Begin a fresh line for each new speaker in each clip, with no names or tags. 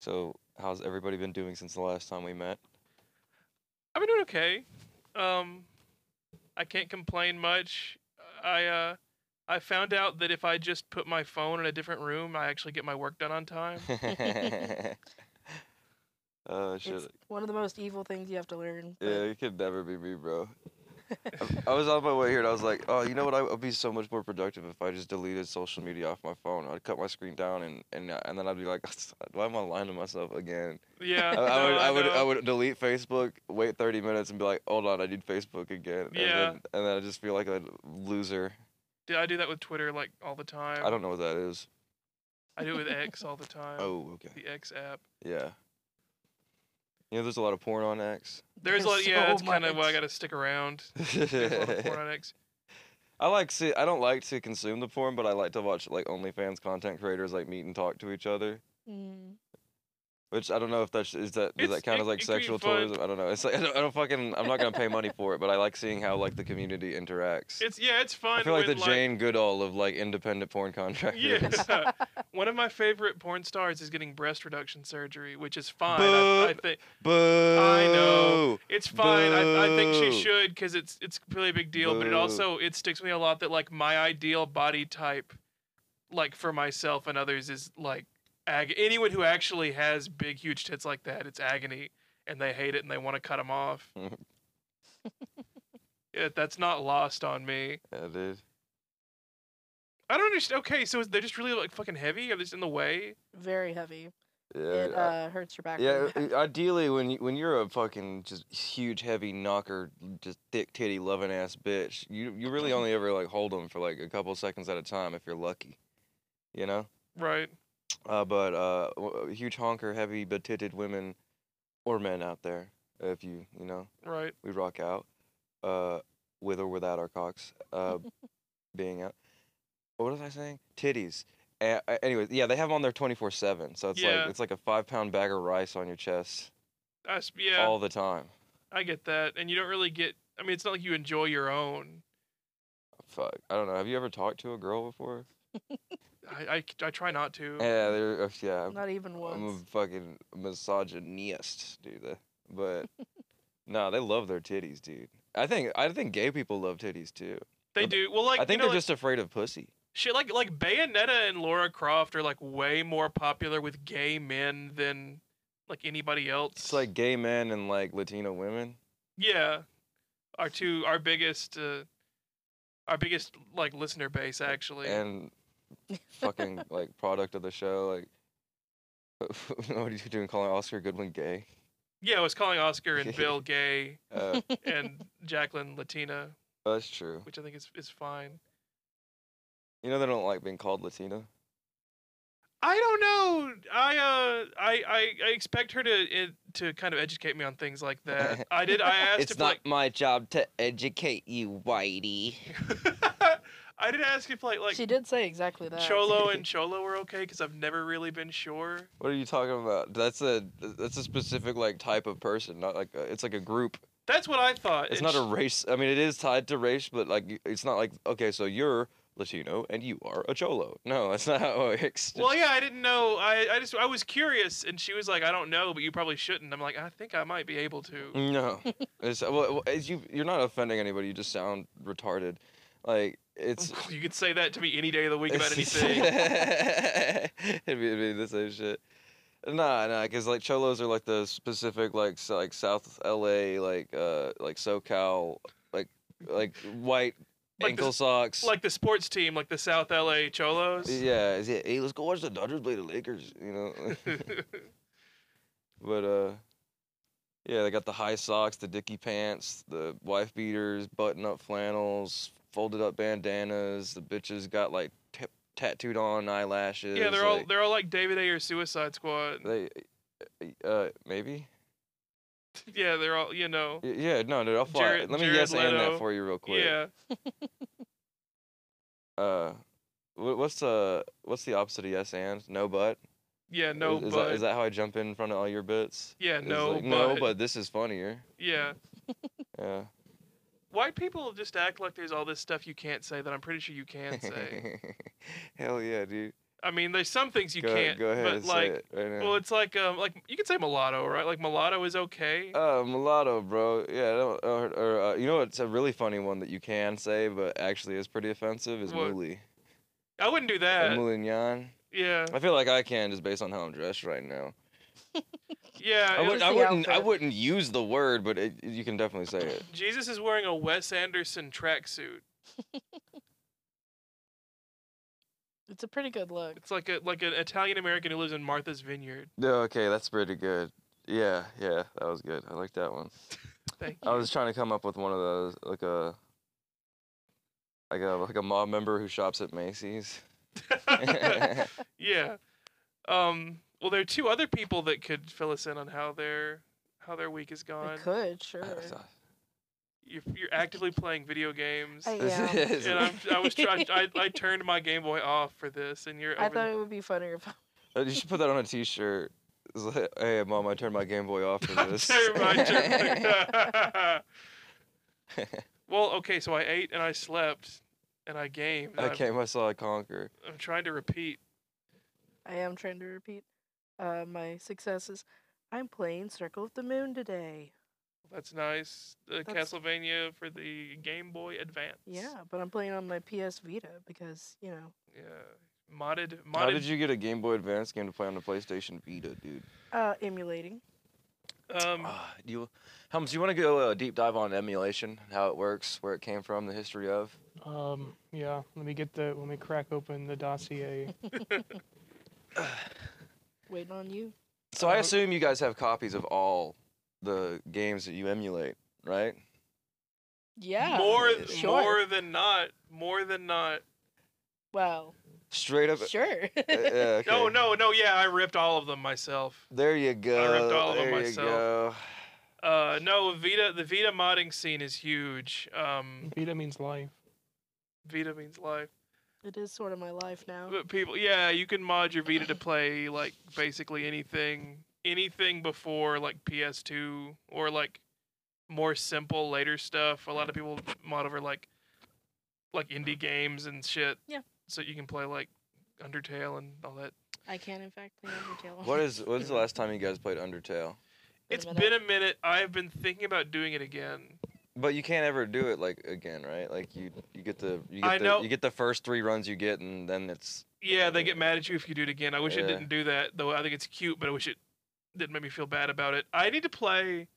So, how's everybody been doing since the last time we met?
I've been doing okay. Um, I can't complain much. I uh, I found out that if I just put my phone in a different room, I actually get my work done on time.
Oh shit!
It's one of the most evil things you have to learn. but
Yeah, it could never be me, bro. I- I was on my way here and I was like, oh, you know what? I would be so much more productive if I just deleted social media off my phone. I'd cut my screen down and and, uh, and then I'd be like, why am I lying to myself again?
Yeah.
I, I
no,
would I would I
know.
would delete Facebook, wait 30 minutes, and be like, hold on, I need Facebook again.
Yeah.
And then, and then I just feel like a loser.
Dude, I do that with Twitter like all the time.
I don't know what that is.
I do it with X all the time.
Oh, okay.
The X app.
Yeah. You know, there's a lot of porn on X.
There's, a lot.
There's
Yeah,
so
that's kind of why I
much.
gotta stick around. There's a lot of porn
I
on X.
like see. I don't like to consume the porn, but I like to watch like OnlyFans content creators like meet and talk to each other.
mm,
Which I don't know if that's is that does
It's-
that count
it-
as like
it can be
sexual
fun.
tourism? I don't know. It's like I don't, I don't fucking. I'm not gonna pay money for it, but I like seeing how like the community interacts.
It's yeah, it's fun.
I feel like the
when,
Jane Goodall of like independent porn contractors.
Yeah. One of my favorite porn stars is getting breast reduction surgery, which is fine.
Boo.
I, I think
Boo.
know. it's fine. I, I think she
Boo.
should because it's it's really a big deal. But it
Boo.
also it sticks with me a lot that like my ideal body type, like for myself and others, is like ag- anyone who actually has big huge tits like that. It's agony, and they hate it and they want to cut them off. Yeah, that's not lost on me.
Yeah, dude.
I don't understand. Okay, so is- they're just really like fucking heavy. Are they just in the way?
very heavy.
Yeah.
it
I-
uh, hurts your back.
Yeah,
really bad.
i- ideally when you, when you're a fucking just huge heavy knocker, just thick titty loving ass bitch, you you really only ever like hold them for like a couple seconds at a time if you're lucky, you know.
Right.
Uh, but uh, w- huge honker, heavy but titted women or men out there, if you you know
Right.
we rock out, uh, with or without our cocks, uh, being out. What was I saying? Titties. Uh, anyways, yeah, they have 'em on there 24/7, so it's
Yeah.
like it's like a five pound bag of rice on your chest
I s yeah,
all the time.
I get that. And you don't really get. I mean, it's not like you enjoy your own.
Fuck, I don't know. Have you ever talked to a girl before?
I, I, I try not to.
Yeah, they're, uh, yeah. I'm,
Not even
I'm a
once.
fucking misogynist, dude. But no, they love their titties, dude. I think I think gay people love titties too.
They do. Well, like
I think
you know,
they're
like,
just afraid of pussy.
shit. Like like Bayonetta and Laura Croft are like way more popular with gay men than like anybody else.
It's like gay men and like Latino women.
yeah, our two our biggest uh, our biggest like listener base actually.
and fucking like product of the show like what are you doing calling oscar goodwin gay
yeah, I was calling Oscar and Bill gay
uh,
and Jacqueline Latina,
that's true
which I think is is fine.
you know they don't like being called latina
I don't know. I uh, I, I I expect her to it, to kind of educate me on things like that. I did. I asked
it's
if
not my job to educate you whitey
like I did ask if like like
she did say exactly that.
Cholo and Cholo were okay because I've never really been sure.
what are you talking about that's a that's a specific like type of person not like a, it's like a group
That's what I thought.
it's
and
not a
sh-
race i mean it is tied to race but like y- it's not like okay so you're latino and you are a cholo no that's not how it works
Well, yeah, I didn't know. I I just I was curious, and she was like, "I don't know, but you probably shouldn't." I'm like, I think I might be able to.
No, it's, well, well, it's, you you're not offending anybody. You just sound retarded. Like it's.
You could say that to me any day of the week about
it's-
anything.
it'd, be, it'd be the same shit. Nah, nah, because like cholos are like the specific like s- like South L.A. like uh like SoCal like like white
Like
ankle
this-
socks.
like the sports team, like the South LA Cholos.
yeah, is it- hey, let's go watch the Dodgers play the Lakers. You know. But uh yeah, they got the high socks, the dicky pants, the wife beaters, button up flannels, folded up bandanas, the bitches got like t- tattooed on eyelashes.
yeah, they're all
like,
they're all like David Ayer Suicide Squad.
they uh maybe?
Yeah, they're all you know.
Y- Yeah, no, dude, I'll fly.
Jared-
Let me
Jared
yes and
Leto.
that for you real quick.
Yeah.
Uh wh- What's uh what's the opposite of yes and no but?
Yeah, no,
is, is
but
that, is that how I jump in front of all your bits?
yeah,
It's
no,
like,
but,
no, but this is funnier.
yeah.
Yeah.
White people just act like there's all this stuff you can't say that I'm pretty sure you can say.
Hell yeah, dude.
I mean, there's some things you
go,
can't.
go ahead
but
and
like,
say it right now.
well, it's like um, like you could say mulatto, right? Like mulatto is okay.
Uh, mulatto, bro. Yeah, I don't- or, or uh, you know what's a really funny one that you can say, but actually is pretty offensive is
What? Uh,
mooly.
I wouldn't do
Or
that.
moulignon.
Yeah,
I feel like I can just based on how I'm dressed right now.
yeah.
I,
it
would,
was-
I
the
wouldn't. I
outfit.
wouldn't use the word, but it, you can definitely say it.
Jesus is wearing a Wes Anderson tracksuit.
It's a pretty good look.
It's like a like an Italian American who lives in Martha's Vineyard.
No, okay, that's pretty good. Yeah, yeah, that was good. I like that one.
Thank you.
I was trying to come up with one of those, like a, like a like a mob member who shops at Macy's.
yeah. Um. Well, there are two other people that could fill us in on how their how their week is
I
gone.
could, sure.
You're, you're actively playing video games.
I- Yeah.
and I'm, I was trying. I, I turned my Game Boy off for this, and you're.
I
over-
thought it would be funnier if
Uh, You should put that on a T-shirt. It's like, hey, mom, I turned my Game Boy off for
I
this.
turned my- well, okay, so I ate and I slept and I gamed.
I
I'm-
came, I saw, I conquer.
I'm trying to repeat.
I am trying to repeat uh, my successes. I'm playing Circle of the Moon today.
That's nice. The
That's-
Castlevania for the Game Boy Advance.
Yeah, but I'm playing on my PS Vita because, you know.
Yeah. Modded. Modded.
How did you get a Game Boy Advance game to play on the PlayStation Vita, dude?
Uh, emulating.
Um,
Ah, do you, Helms, do you want to go uh, deep dive on emulation, how it works, where it came from, the history of?
Um, yeah, let me get the, let me crack open the dossier.
Waiting on you.
So I
Uh,
assume you guys have copies of all the games that you emulate, right?
Yeah.
more th-
sure.
more than not. More than not.
Well,
Straight up.
sure.
Uh, yeah,
No,
okay.
no, no. Yeah, I ripped all of them myself.
There you go.
all of them
there you
myself.
go.
Uh, no, Vita. The Vita modding scene is huge. Um,
Vita means life.
Vita means life.
it is sort of my life now.
But people, yeah, you can mod your Vita to play like basically anything, anything before like PS2 or like more simple later stuff. A lot of people mod over like like indie games and shit.
Yeah.
So you can play like Undertale and all that.
I can, in fact, play Undertale.
What is? When's the last time you guys played Undertale?
It's
minute.
been a minute. I've been thinking about doing it again.
But you can't ever do it like again, right? Like you, you get the you get
I
the
know-
you get the first three runs you get, and then it's
Yeah, they get mad at you if you do it again. I wish
Yeah.
it didn't do that, though. I think it's cute, but I wish it didn't make me feel bad about it. I need to play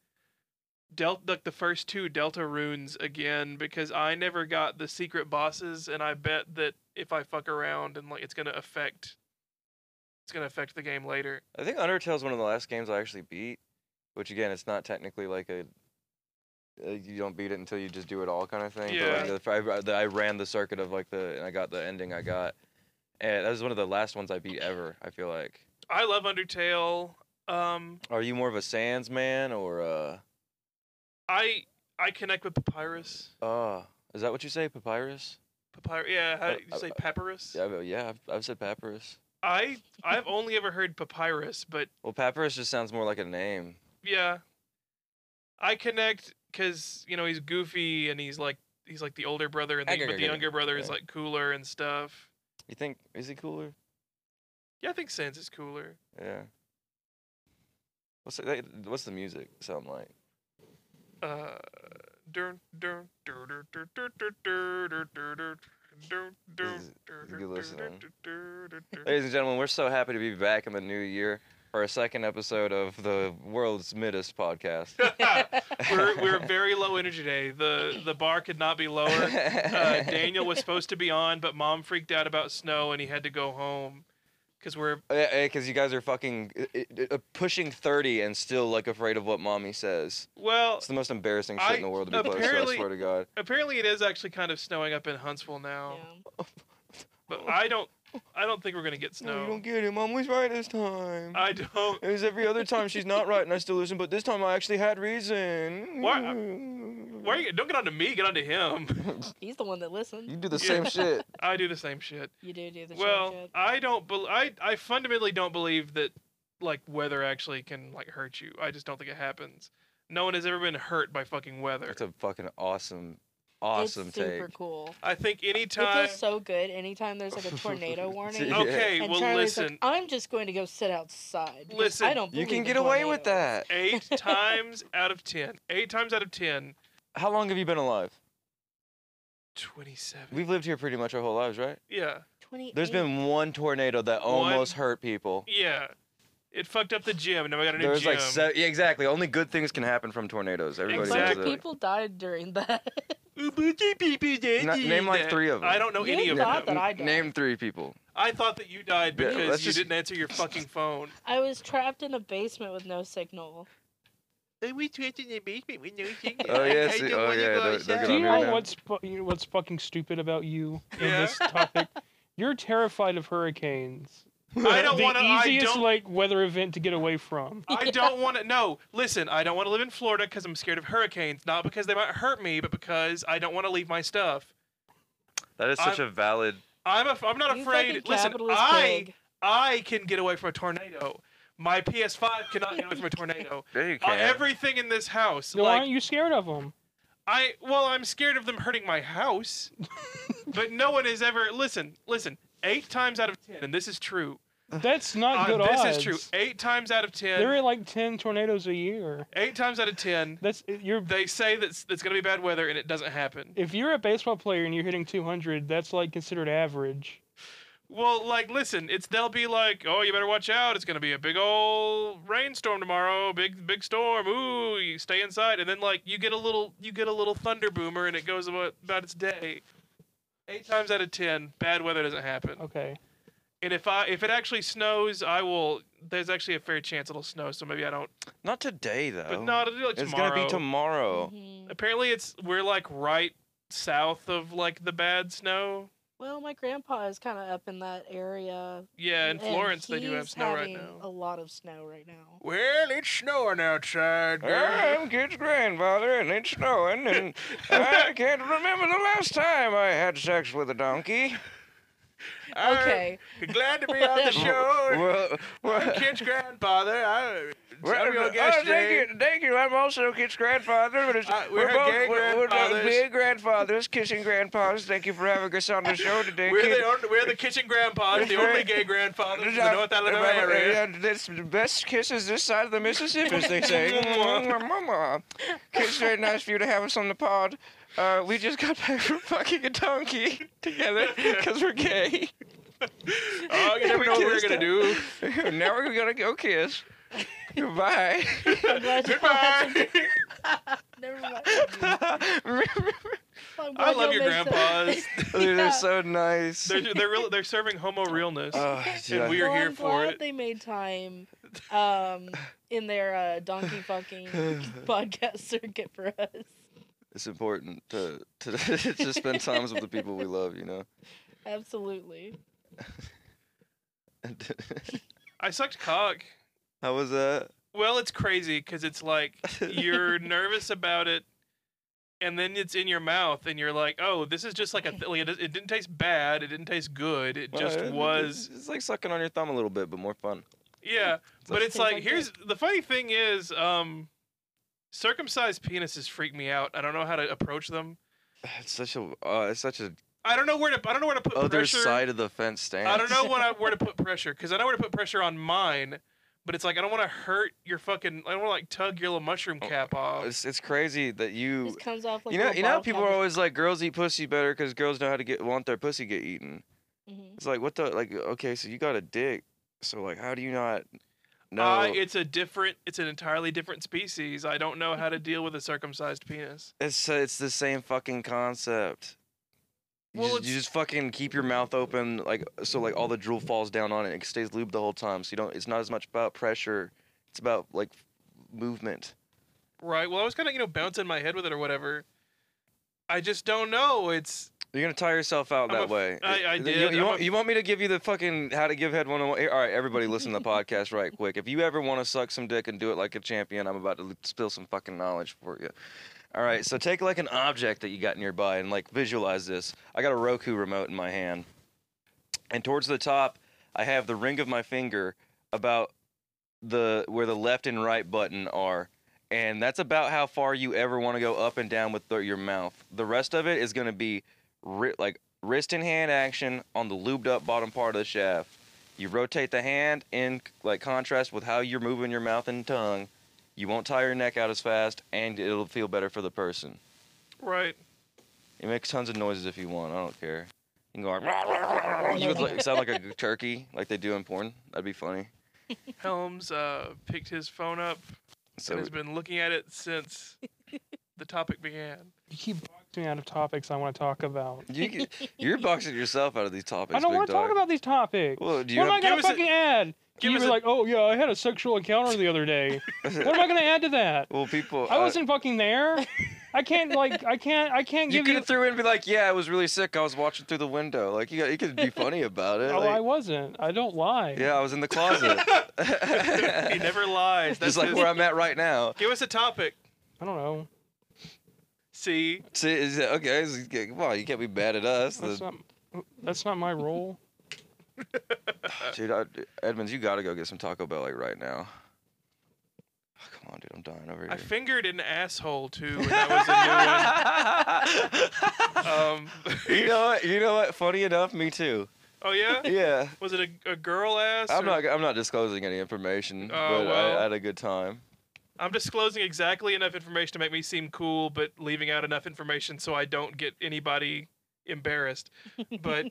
Delta, like the first two Delta runes again because I never got the secret bosses, and I bet that if I fuck around and like it's gonna affect, it's gonna affect the game later.
I think Undertale's one of the last games I actually beat, which again, it's not technically like a uh, you don't beat it until you just do it all kind of thing. But like, the, I, ra- the- I ran the circuit of like the and I got the ending I got, and that was one of the last ones I beat ever. I feel like.
I love Undertale. Um,
Are you more of a Sans man or uh?
I I connect with Papyrus.
Uh, is that what you say, Papyrus?
Papyrus, yeah. How
Uh,
do you say
uh,
Papyrus?
Yeah, I've- yeah, I've, I've said Papyrus.
I I've only ever heard Papyrus, but
Well, Papyrus just sounds more like a name.
yeah i connect because you know he's goofy and he's like he's like the older brother and the,
Agga,
but the
agga,
younger brother is
yeah.
like cooler and stuff
You think is he cooler?
yeah i think sans is cooler
Yeah. What's the, what's the music sound like?
uh dun, dun, dur, dur, dur, dur, dur, dur, dur, dur, dur, dun, dun,
This is- this is
dur, dur,
good
dur,
listening.
dur, dur, dur, dur.
Ladies and gentlemen, we're so happy to be back in the new year for a second episode of the world's middest podcast.
we're, we're very low energy today the the bar could not be lower uh, Daniel was supposed to be on, but mom freaked out about snow and he had to go home because we're
Because you guys are fucking uh, uh, uh, pushing 30 and still like afraid of what mommy says.
well.
It's the most embarrassing shit in the
I-
world to be close to, I
apparently-
swear to God.
Apparently, it is actually kind of snowing up in Huntsville now,
Yeah.
but I don't, I don't think we're gonna get
No,
snow.
you don't get it. Mom was right this time.
I don't.
it was every other time she's not right and I still listen, but this time I actually had reason.
Why- uh, Why are you, don't get onto me. Get onto him.
He's the one that listened.
You do the
Yeah.
same shit.
I do the same shit.
You do do the
well,
shit.
I don't. Be- I I fundamentally don't believe that like weather actually can like hurt you. I just don't think it happens. No one has ever been hurt by fucking weather.
That's a fucking awesome, awesome
it's
take.
super cool.
I think
It
anytime.
feels so good anytime there's like a tornado warning.
Yeah.
Okay,
And
well,
Charlie's
listen.
like, "Ah." I'm just going to go sit outside. because
Listen,
I don't
You can
believe in
get away with
tornadoes."
that.
Eight times out of ten. Eight times out of ten.
How long have you been alive?
27.
We've lived here pretty much our whole lives, right?
yeah.
28.
There's been one tornado that
One-
almost hurt people.
Yeah. It fucked up the gym. Now I got a new
There was
gym.
like se- yeah, exactly. Only good things can happen from tornadoes.
a
Everybody
bunch
knows
of
Exactly.
that.
people died during that.
Na- name like three of them.
I don't know
You
any of
thought
them.
that I died.
Name three people.
I thought that you died
Yeah,
because
let's
you
just-
didn't answer your fucking phone.
I was trapped in a basement with no signal.
we trapped in the basement with no signal.
Oh, yeah, I see- didn't oh, wanna yeah, go they're- they're outside.
Do
on
you
here
know
now.
what's fu- you know what's fucking stupid about you in
Yeah.
this topic? You're terrified of hurricanes.
I don't
the
want to. I
easiest
don't.
like weather event to get away from.
I
Yeah.
don't want to. No, listen. I don't want to live in Florida because I'm scared of hurricanes. Not because they might hurt me, but because I don't want to leave my stuff.
That is such a valid.
I'm. A, I'm not
You
afraid.
fucking
Listen,
capitalist
I.
pig.
I can get away from a tornado. My PS5 cannot get away from a tornado.
There you
Uh,
can.
everything in this house,
No, why aren't
like
you scared of them?
I, well, I'm scared of them hurting my house. but no one has ever. Listen, listen. Eight times out of ten, and this is true.
That's not
Uh,
good
this
odds.
is true. Eight times out of ten.
There are like ten tornadoes a year.
Eight times out of ten,
That's you're
they say that it's, it's going to be bad weather, and it doesn't happen.
if you're a baseball player and you're hitting 200, that's like considered average.
Well, like, listen, it's they'll be like, oh, you better watch out. It's going to be a big old rainstorm tomorrow. Big, big storm. Ooh, you stay inside. And then like you get a little, you get a little thunder boomer, and it goes about, about its day. Eight times out of ten, bad weather doesn't happen.
Okay.
And if I, if it actually snows, I will. There's actually a fair chance it'll snow, so maybe I don't.
Not today though.
But not it'll be like
Oh. It's
tomorrow.
gonna be tomorrow.
Mhm.
Apparently, it's we're like right south of like the bad snow.
Well, my grandpa is kind of up in that area.
Yeah, in
and
Florence they do have
he's
snow right
having
now.
A lot of snow right now.
Well, it's snowing outside,
I'm kid's grandfather, and it's snowing, and I can't remember the last time I had sex with a donkey.
okay.
Glad to be
on the
show.
Well, well,
Kid's grandfather. I,
well, oh, thank you, thank you. I'm also kid's grandfather, but it's,
Uh,
we're,
we're
both
gay
we're, we're both
grandfathers.
big grandfathers, kissing grandpas. Thank you for having us on the show today. kid.
only, we're the kitchen grandpas,
the only gay
grandfathers
Uh, uh, yeah, this- the best kisses this side of the Mississippi, as they say. it's very nice for you to have us on the pod. Uh, we just got back from fucking a donkey together because we're gay.
Oh, you never
We
know what we're
kissed
gonna
it.
do.
now we're gonna go kiss. Goodbye.
I'm glad you all had some-
Goodbye.
Never mind. I'm
I
glad
love
y'all
your
made some-
grandpas.
Dude,
Yeah.
they're so nice.
They're they're real, they're serving homo realness.
Oh, yeah.
we are- You're
well,
here
I'm
for
glad
it.
They made time um, in their uh, donkey fucking podcast circuit for us.
It's important to, to to spend times with the people we love, you know.
Absolutely.
I sucked cock.
How was that?
Well, it's crazy because it's like you're nervous about it, and then it's in your mouth, and you're like, "Oh, this is just like a th- like, it, it didn't taste bad. It didn't taste good. It just
Well, it-
was."
It's, it's like sucking on your thumb a little bit, but more fun.
Yeah, but it's
Tastes
like
like
here's the funny thing is, um, circumcised penises freak me out. I don't know how to approach them.
It's such a uh, it's such a
I don't know where to. I don't know where to put
other
pressure.
side of the fence stance.
I don't know when I, where to put pressure because I know where to put pressure on mine, but it's like I don't want to hurt your fucking. I don't want to like tug your little mushroom cap off.
Oh, It's it's crazy that you
This comes off like
you know
little
you know how
bottle
people are
cabinet.
always like girls eat pussy better because girls know how to get want their pussy get eaten.
Mhm.
It's like what the like okay so you got a dick so like how do you not know?
Uh, it's a different. It's an entirely different species. I don't know how to deal with a circumcised penis.
it's uh, it's the same fucking concept. You,
Well,
just, you
it's-
just fucking keep your mouth open like so like all the drool falls down on it. It stays lubed the whole time. So you don't. It's not as much about pressure. It's about like movement.
Right. Well, I was kind of you know bouncing my head with it or whatever. I just don't know. It's
You're gonna tire yourself out
I'm a
that
f-
way.
I- I
You-
did.
You,
I'm
want,
a-
you want me to give you the fucking how to give head one on one? All right, everybody, listen to the podcast right quick. If you ever want to suck some dick and do it like a champion, I'm about to l- spill some fucking knowledge for you. All right, so take like an object that you got nearby and like visualize this. I got a Roku remote in my hand, and towards the top, I have the ring of my finger about the where the left and right button are, and that's about how far you ever want to go up and down with the, your mouth. The rest of it is going to be ri- like wrist and hand action on the lubed up bottom part of the shaft. You rotate the hand in like contrast with how you're moving your mouth and tongue. You won't tire your neck out as fast, and it'll feel better for the person.
Right.
It makes tons of noises if you want. I don't care. You can go like, you would like, sound like a turkey, like they do in porn. That'd be funny.
Helms uh, picked his phone up
So
and has been looking at it since the topic began.
You keep boxing me out of topics I want to talk about.
you, can- you're boxing yourself out of these topics.
I don't
want to
talk about these topics.
Well, do you
what am I
have-
gonna
Give us a-
fucking add?
give
you
us
were
a-
like, oh yeah, I had a sexual encounter the other day. what am I gonna add to that?
Well, people.
I
uh,
wasn't fucking there. I can't like I can't I can't
You
give
could
you.
have threw in and be like, "Yeah, I was really sick. I was watching through the window." Like you, got- you could be funny about it.
oh, I
like,
wasn't. I don't lie.
yeah, I was in the closet.
he never lies. That's
Just like
his-
where I'm at right now.
Give us a topic.
I don't know.
See,
See, is it- okay, is it- come on, you can't be mad at us.
That's
The-
not that's not my role.
dude, I, Edmonds, you gotta go get some Taco Bell like right now. Oh, come on, dude, I'm dying over here.
I fingered an asshole too, and that was a new one. Um,
you know what? You know what? Funny enough, me too.
oh yeah,
Yeah.
was it a, a girl ass?
I'm
or-
not. I'm not disclosing any information,
Oh,
but I,
well.
I had a good time.
I'm disclosing exactly enough information to make me seem cool, but leaving out enough information so I don't get anybody embarrassed. But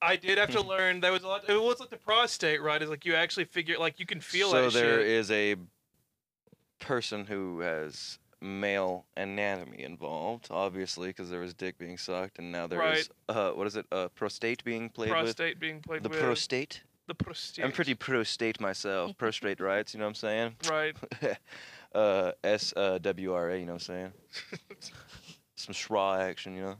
I did have
Hmm.
to learn there was a lot. It was like the prostate, right? Is like you actually figure, like you can feel
so
that
there
shit.
is a person who has male anatomy involved, obviously, because there was dick being sucked, and now there is
Right.
uh, what is it? Uh, prostate being played
prostate being
with.
played
The
with.
prostate.
the prostate.
I'm pretty prostate myself. Prostate rights, you know what I'm saying?
right.
uh, S uh, W R A, you know what I'm saying? Some schwa action, you know.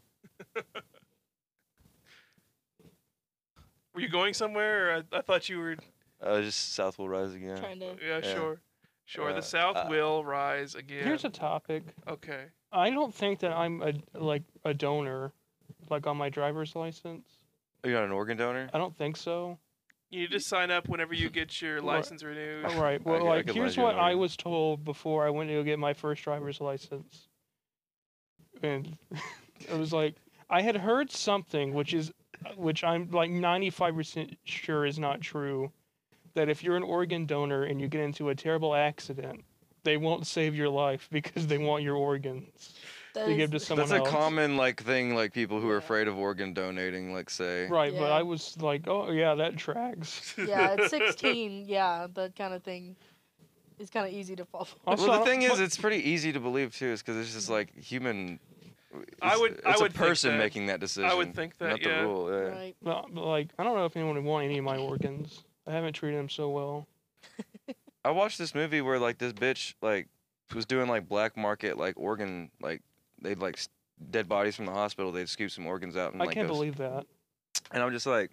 Were you going somewhere? Or I, I thought you were.
Uh, just South will rise again.
Trying to.
Yeah,
Yeah.
sure. Sure.
Uh,
the South
uh,
will rise again.
Here's a topic.
okay.
I don't think that I'm a like a donor, like on my driver's license.
You're not an organ donor?
I don't think so.
You need to sign up whenever you get your
Right.
license renewed.
All right. Well,
I
like
could
here's
let you
what
know.
I was told before I went to go get my first driver's license, and it was like I had heard something, which is, which I'm like 95% sure is not true, that if you're an organ donor and you get into a terrible accident, they won't save your life because they want your organs
That
to
is
give
the-
to Uh, someone
That's a
else.
common like thing like people who are
Yeah.
afraid of organ donating like say.
Right, but
Yeah.
I was like, oh yeah, that tracks.
Yeah, at 16, yeah, that kind of thing is kind of easy to fall for.
Also, I
well, the
don't-
thing is,
but-
it's pretty easy to believe too, is because it's just like human.
I
it's-
would-
It's
I would
a
think
person
that.
making that decision.
I would think that,
Not the
yeah.
rule. Yeah.
Right.
but- but, like I don't know if anyone would want any of my organs. I haven't treated them so well.
I watched this movie where like this bitch like was doing like black market like organ like they'd like s- dead bodies from the hospital they'd scoop some organs out and
I
Mm, like
can't
go s-
believe that.
and I'm just like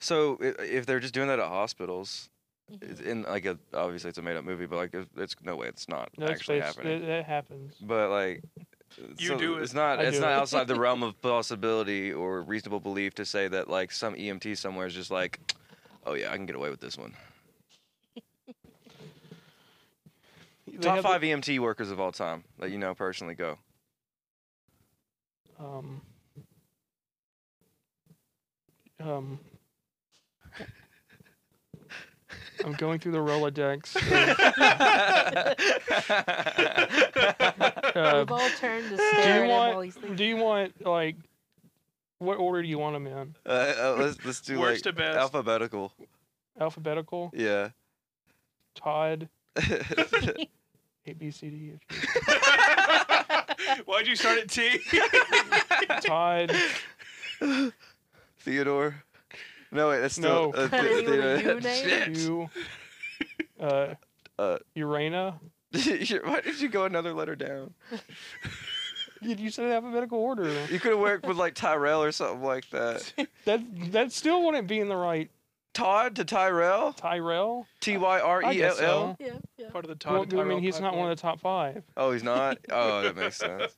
so i- if they're just doing that at hospitals
Mhm.
it's in like a obviously it's a made up movie but like it- it's no way it's not
That's
actually
that's-
happening
That, that happens.
but like
You
so
do
it's
it.
not
I
it's
do
not
it.
outside the realm of possibility or reasonable belief to say that like some emt somewhere is just like oh yeah i can get away with this one
They
top
have the-
five emt workers of all time that you know personally go
Um. Um. I'm going through the Rolodex. of,
We've
uh,
all turned to stare at him
want-
while he's sleeping.
do you want like, what order do you want them in?
Uh, uh, let's let's do
Worst
like
to best.
alphabetical.
Alphabetical.
Yeah.
Todd.
I
A B C D. E, F,
Why'd you start at T?
G. Todd.
Theodore. No wait, that's still
No.
uh,
Can
Theo-
anyone with you name?
Shit.
You. Uh.
Uh.
Urena.
Shit, Why did you go another letter down?
You, you said alphabetical order.
You could have worked with like Tyrell or something like that.
That that still wouldn't be in the right
Todd to Tyrell.
Tyrell.
T y r
I
e l
guess
l.
so.
Yeah, yeah.
Part of the Todd
Well,
and
I
Tyrell
mean, he's not one of the top five.
Oh, he's not. Oh, that makes sense.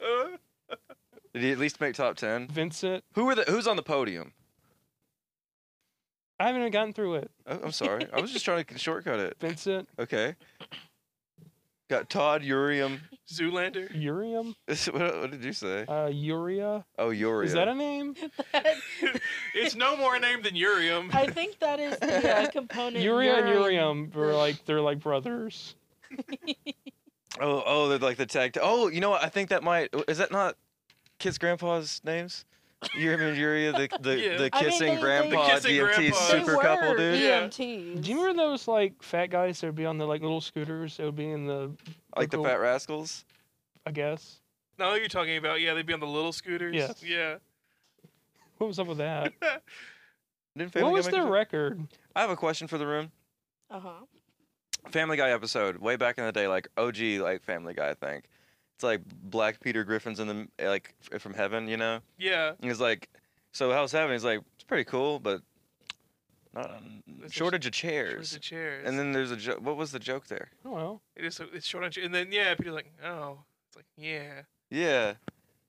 Did he at least make top ten?
Vincent.
Who were the Who's on the podium?
I haven't even gotten through it.
Oh, I, I'm sorry. I was just trying to shortcut it.
Vincent,
Okay. Got Todd Urium.
Zoolander.
Urium?
what, what did you say?
Uh, Uria?
Oh, Urium.
Is that a name?
It's no more a name than Urium.
I think that is the uh, component.
Uria and
urine.
Urium were like they're like brothers.
Oh, oh, they're like the tag. T- oh, you know what? I think that might. Is that not kids' grandpa's names? Urium and Uria, the the,
Yeah.
the
I mean,
kissing
they- they-
grandpa
The kissing
DMT
grandpas.
They
super
were
couple, dude.
Yeah.
E EMTs.
Do you remember those like fat guys that would be on the like little scooters that would be in the
Like the
Cool.
Fat Rascals.
I guess.
No, you're talking about yeah, they'd be on the little scooters.
Yes.
Yeah.
What was up with that?
Didn't Family
what
Guy
was
make
their
a-
record?
I have a question for the room.
Uh huh.
Family Guy episode way back in the day, like OG, like Family Guy. I think it's like Black Peter Griffin's in the like f- from heaven, you know.
Yeah.
And he's like, "So how's heaven?" He's like, "It's pretty cool, but not
Um, There's a sh-
shortage of
Shortage
chairs."
of chairs.
And then there's a jo- what was the joke there?
I don't know.
it is it's short on ch- and then yeah, Peter's like, oh. It's like, yeah.
Yeah,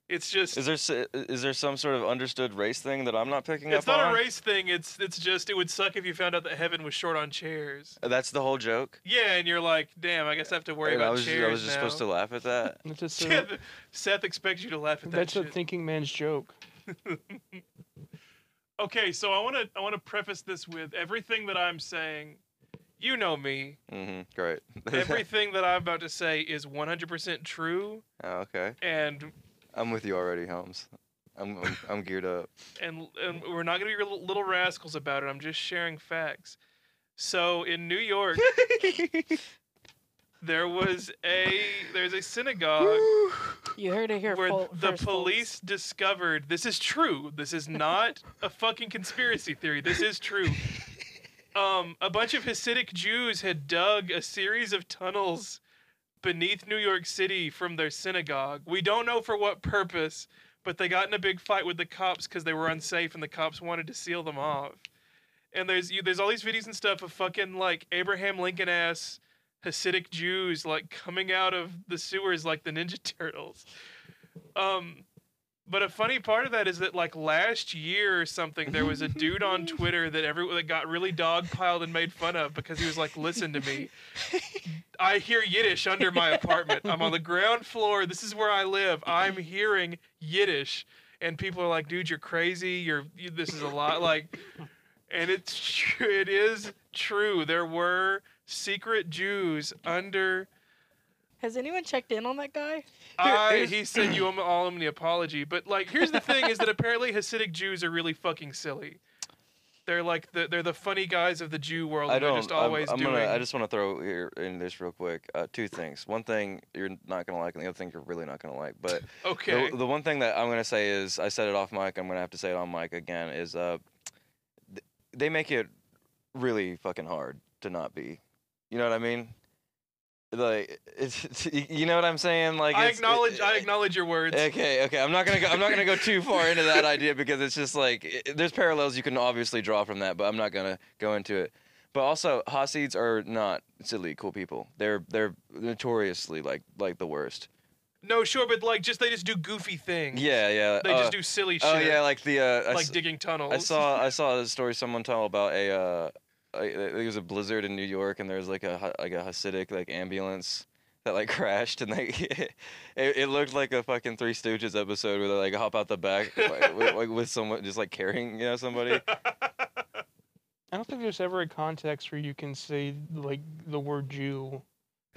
It's just
is there s- is there some sort of understood race thing that I'm not picking
it's
up
not
on?
a race thing, it's it's just it would suck if you found out that heaven was short on chairs.
That's the whole joke.
Yeah, and you're like, damn, I guess I have to worry
And
about
I was
chairs.
I was just
now.
supposed to laugh at that.
It's just a-
Seth, Seth expects you to laugh at that
that's a
shit.
thinking man's joke.
Okay, so I want to I want to preface this with everything that I'm saying. You know me.
hmm Great.
Everything that I'm about to say is 100% true,
oh, okay,
and
I'm with you already, Holmes. I'm I'm, I'm geared up.
and and we're not gonna be real- little rascals about it. I'm just sharing facts. So in New York, there was a there's a synagogue
You heard it here.
where
fol-
the
first, folks.
police discovered this is true. This is not a fucking conspiracy theory. This is true. Um, a bunch of Hasidic Jews had dug a series of tunnels beneath New York City from their synagogue. We don't know for what purpose, but they got in a big fight with the cops because they were unsafe and the cops wanted to seal them off. And there's you, there's all these videos and stuff of fucking like Abraham Lincoln ass Hasidic Jews like coming out of the sewers like the Ninja Turtles. Um, but a funny part of that is that like last year or something, there was a dude on Twitter that everyone that got really dogpiled and made fun of because he was like, "Listen to me, I hear Yiddish under my apartment. I'm on the ground floor. This is where I live. I'm hearing Yiddish." And people are like, "Dude, you're crazy. You're you, this is a lot like." And it's tr- it is true. There were secret Jews under.
Has anyone checked in on that guy?
I,
here's-
he said you owe all him the apology. But like, here's the thing: is that apparently Hasidic Jews are really fucking silly. They're like the they're the funny guys of the Jew world.
I
and
don't.
They're just always
I'm, I'm
doing.
gonna. I just want to throw here in this real quick. Uh, two things. One thing you're not gonna like, and the other thing you're really not gonna like. But
okay.
the, the one thing that I'm gonna say is, I said it off mic. I'm gonna have to say it on mic again. Is uh, th- they make it really fucking hard to not be. You know what I mean? Like, it's, it's- y- you know what I'm saying? Like,
I
it's- it-
acknowledge I
it-
acknowledge your words.
Okay, okay. I'm not gonna go. I'm not gonna go too far into that idea because it's just like i there's parallels you can obviously draw from that, but I'm not gonna go into it. But also, Hasids are not silly, cool people. They're they're notoriously like like the worst.
no, sure, but like, just they just do goofy things.
Yeah, yeah.
They
uh,
just do silly shit.
Oh yeah, like the uh, I,
like
s-
digging tunnels.
I saw I saw a story someone told about a. Uh, I- I- there was a blizzard in New York, and there was like a Ha- like a Hasidic like ambulance that like crashed, and they it, it looked like a fucking Three Stooges episode where they like hop out the back like, with, like with someone just like carrying you know somebody.
I don't think there's ever a context where you can say like the word Jew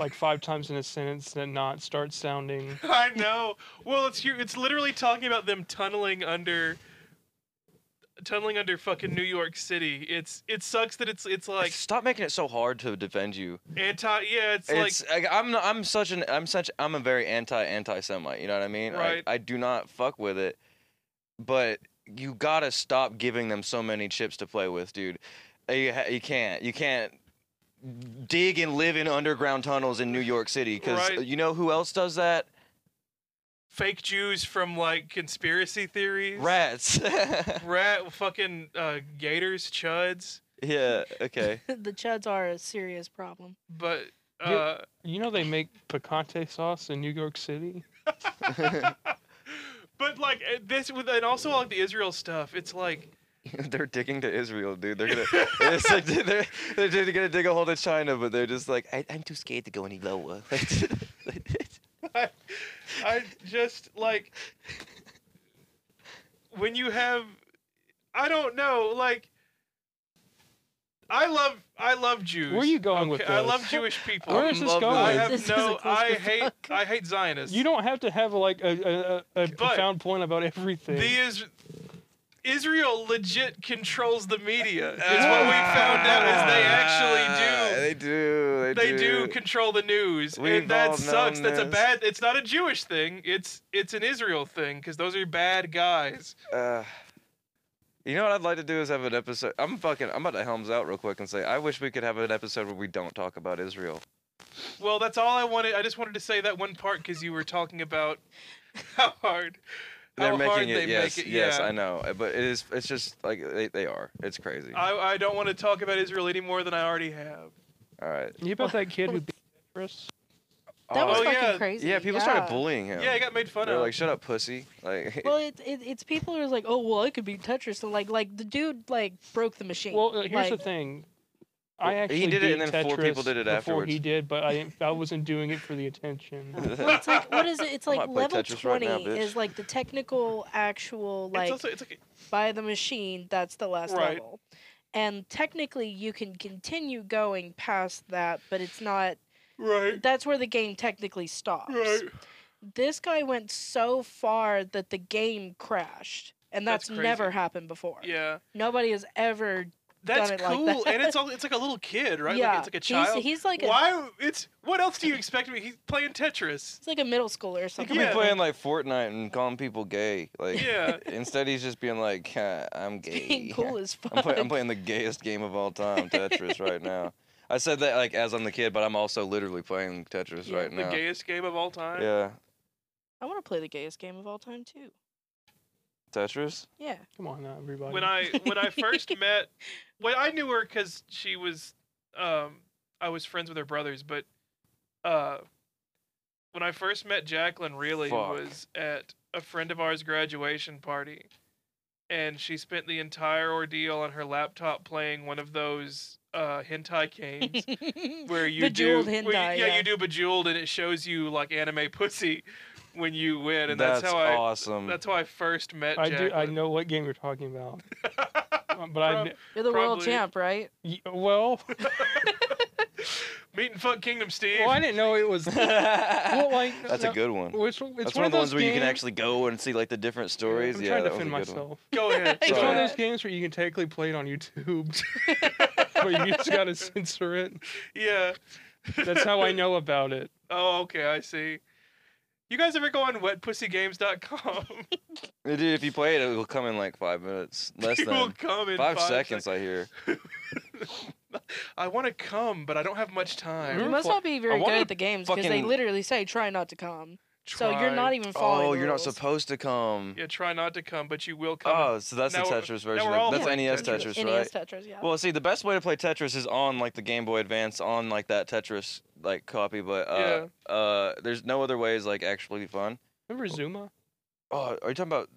like five times in a sentence and not start sounding
I know. Well, it's here. It's literally talking about them tunneling under, tunneling under fucking New York City. It's it sucks that it's it's like
Stop making it so hard to defend you.
anti. Yeah, it's, like
It's like, I'm not- I'm such an I'm such I'm a very anti anti semite. You know what I mean?
Right.
I, I do not fuck with it, but you gotta stop giving them so many chips to play with, dude. You ha- you can't you can't dig and live in underground tunnels in New York City because
Right.
you know who else does that?
fake Jews from like conspiracy theories.
Rats.
Rat, fucking uh, gators, chuds.
yeah. Okay.
the Chuds are a serious problem.
But
Yeah.
uh,
you know they make picante sauce in New York City?
but like eh, this with and also like the Israel stuff. It's like
they're digging to Israel, dude. They're gonna it's like, they're, they're just gonna dig a hole to China, but they're just like I, I'm too scared to go any lower.
I, I just like when you have I don't know, like I love I love Jews.
Where are you going with
okay? I love
this?
Jewish people.
Where is this
love
going?
I
this.
have
This is a
no
close
I
with
hate
fuck.
I hate Zionists.
You don't have to have like a, a, a, a
But-
profound point about everything.
the is Israel legit controls the media. Is what we
Ah,
found out is they
They
actually do
do. They,
they
do.
do control the news,
We've
and that
all
sucks.
known
That's a
this.
bad. It's not a Jewish thing. It's it's an Israel thing because those are bad guys.
Uh, you know what I'd like to do is have an episode. I'm fucking. I'm about to helms out real quick and say I wish we could have an episode where we don't talk about Israel.
Well, that's all I wanted. I just wanted to say that one part because you were talking about how hard.
They're
how
making
hard
it.
they
yes,
make it.
yes,
yeah.
I know. uh, But it is. It's just like they, they are. It's crazy.
I, I don't want to talk about Israel any more than I already have.
All right.
you about that kid who beat Chris?
That was
Oh,
fucking
yeah.
crazy.
yeah, people started bullying him.
Yeah, I got made fun
They're
of.
like, "Shut up, pussy!" Like,
Well, it, it, it's people who are like, oh, well, I could beat Tetris, and like, like the dude like broke the machine.
Well, uh, here's
like,
the thing. I actually
did it,
beat
and then four people
Tetris
did it
before
afterwards.
he did, but I didn't, I wasn't doing it for the attention.
Well, it's like what is it? It's
I
like
might play
level
Tetris right
twenty
now, bitch.
is like the technical, actual like
it's also it's like
by the machine. That's the last
Right.
level, and technically you can continue going past that, but it's not.
right,
That's where the game technically stops.
right.
This guy went so far that the game crashed, and
That's
that's, never
crazy.
happened before.
Yeah,
Nobody has ever.
that's
it like
cool.
that.
And it's all it's like a little kid, right?
Yeah,
Like, it's like a child.
He's, he's like a
Why? It's what else do you expect? me? He's playing Tetris.
he's like a middle schooler or
he
something.
could
Yeah.
be playing like Fortnite and calling people gay. Like,
Yeah.
instead he's just being like, "Huh, "I'm gay."
Being cool as fuck.
I'm, play, I'm playing the gayest game of all time, Tetris, right now. I said that like as I'm the kid, but I'm also literally playing Tetris
Yeah,
right
The
now.
gayest game of all time.
Yeah,
I want to play the gayest game of all time too.
Tetris.
Yeah.
Come on now, everybody.
when I when I first met, well, I knew her because she was, um, I was friends with her brothers, but, uh, when I first met Jacqueline, really
Fuck.
was at a friend of ours' graduation party, and she spent the entire ordeal on her laptop playing one of those uh, hentai games. Where you
Bejeweled
do, where you-
hentai,
yeah,
yeah.
you do bejeweled, and it shows you like anime pussy when you win, and that's,
that's
how I
awesome.
that's how I first met.
I do. I
Jacqueline.
know what game you're talking about, uh, but
Prob-
I
You're the world
Probably.
champ, right?
y- well,
Meet and fuck Kingdom Steve.
well, I didn't know it was. well, like
that's
no,
a good one.
It's, it's
That's
one,
one of the ones
those
where you can
games-
actually go and see like the different stories.
I'm
yeah,
trying to
that was a
defend
good one.
myself.
Go ahead.
It's
It's
Sorry.
one of those games where you can technically play it on YouTube, but you just gotta censor it.
yeah.
That's how I know about it.
Oh, okay, I see. You guys ever go on wetpussygames.com?
Uh, Dude, if you play it, it will come in like five minutes, less
you
than
will come in
five,
five,
seconds. I hear.
I want to come, but I don't have much time.
You're
You must
pl-
not be very good
wonder
at the games because they
fucking-
literally say try not to come. So you're not
Try-
e even following.
Oh,
the
you're not
rules.
supposed to come.
Yeah, try not to come, but you will come.
Oh, so that's
Now
the
we're-
Tetris
now
version.
we're
of-
all
that's
playing
NES
Tetris. E
Tetris, right?
NES E Tetris, yeah.
Well, see, the best way to play Tetris is on like the Game Boy Advance, on like that Tetris like copy. But uh, uh, there's no other ways like actually fun.
Remember Zuma?
Oh, are you talking about?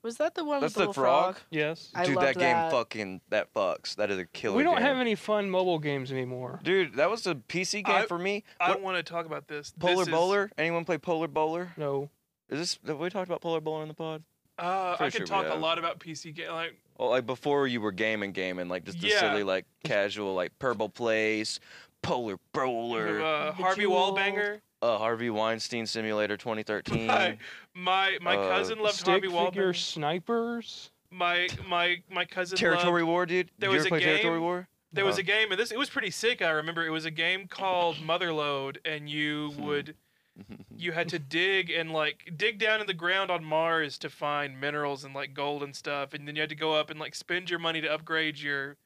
was that the one
That's
with the
the
little
frog.
Yes.
I
Dude,
love
that, game
that.
fucking that fucks. That is a killer.
We don't
game.
have any fun mobile games anymore.
Dude, that was a PC game
I-
for me.
I
What,
want to talk about this. This
Polar
is-
Bowler. Anyone play Polar Bowler?
No.
Is this? Have we talked about Polar Bowler in the pod?
Uh, I
Pretty
could
sure we
talk a
have.
lot about PC game. Like,
Well, like before you were gaming, gaming like just the
Yeah.
silly like casual like Purple Place, Polar Bowler.
uh, Harvey
Bejeweled.
Wallbanger.
uh, Harvey Weinstein Simulator 2013.
My my, my
Uh,
cousin loved
Stick
Harvey
figure
Wallbanger.
snipers.
My my my cousin loved
Territory War, dude.
There
you
was
ever
a
play Territory
game-
War?
There was
Uh,
a
Uh-huh.
game, and this it was pretty sick. I remember it was a game called Motherload, and you
Hmm.
would you had to dig and like dig down in the ground on Mars to find minerals and like gold and stuff, and then you had to go up and like spend your money to upgrade your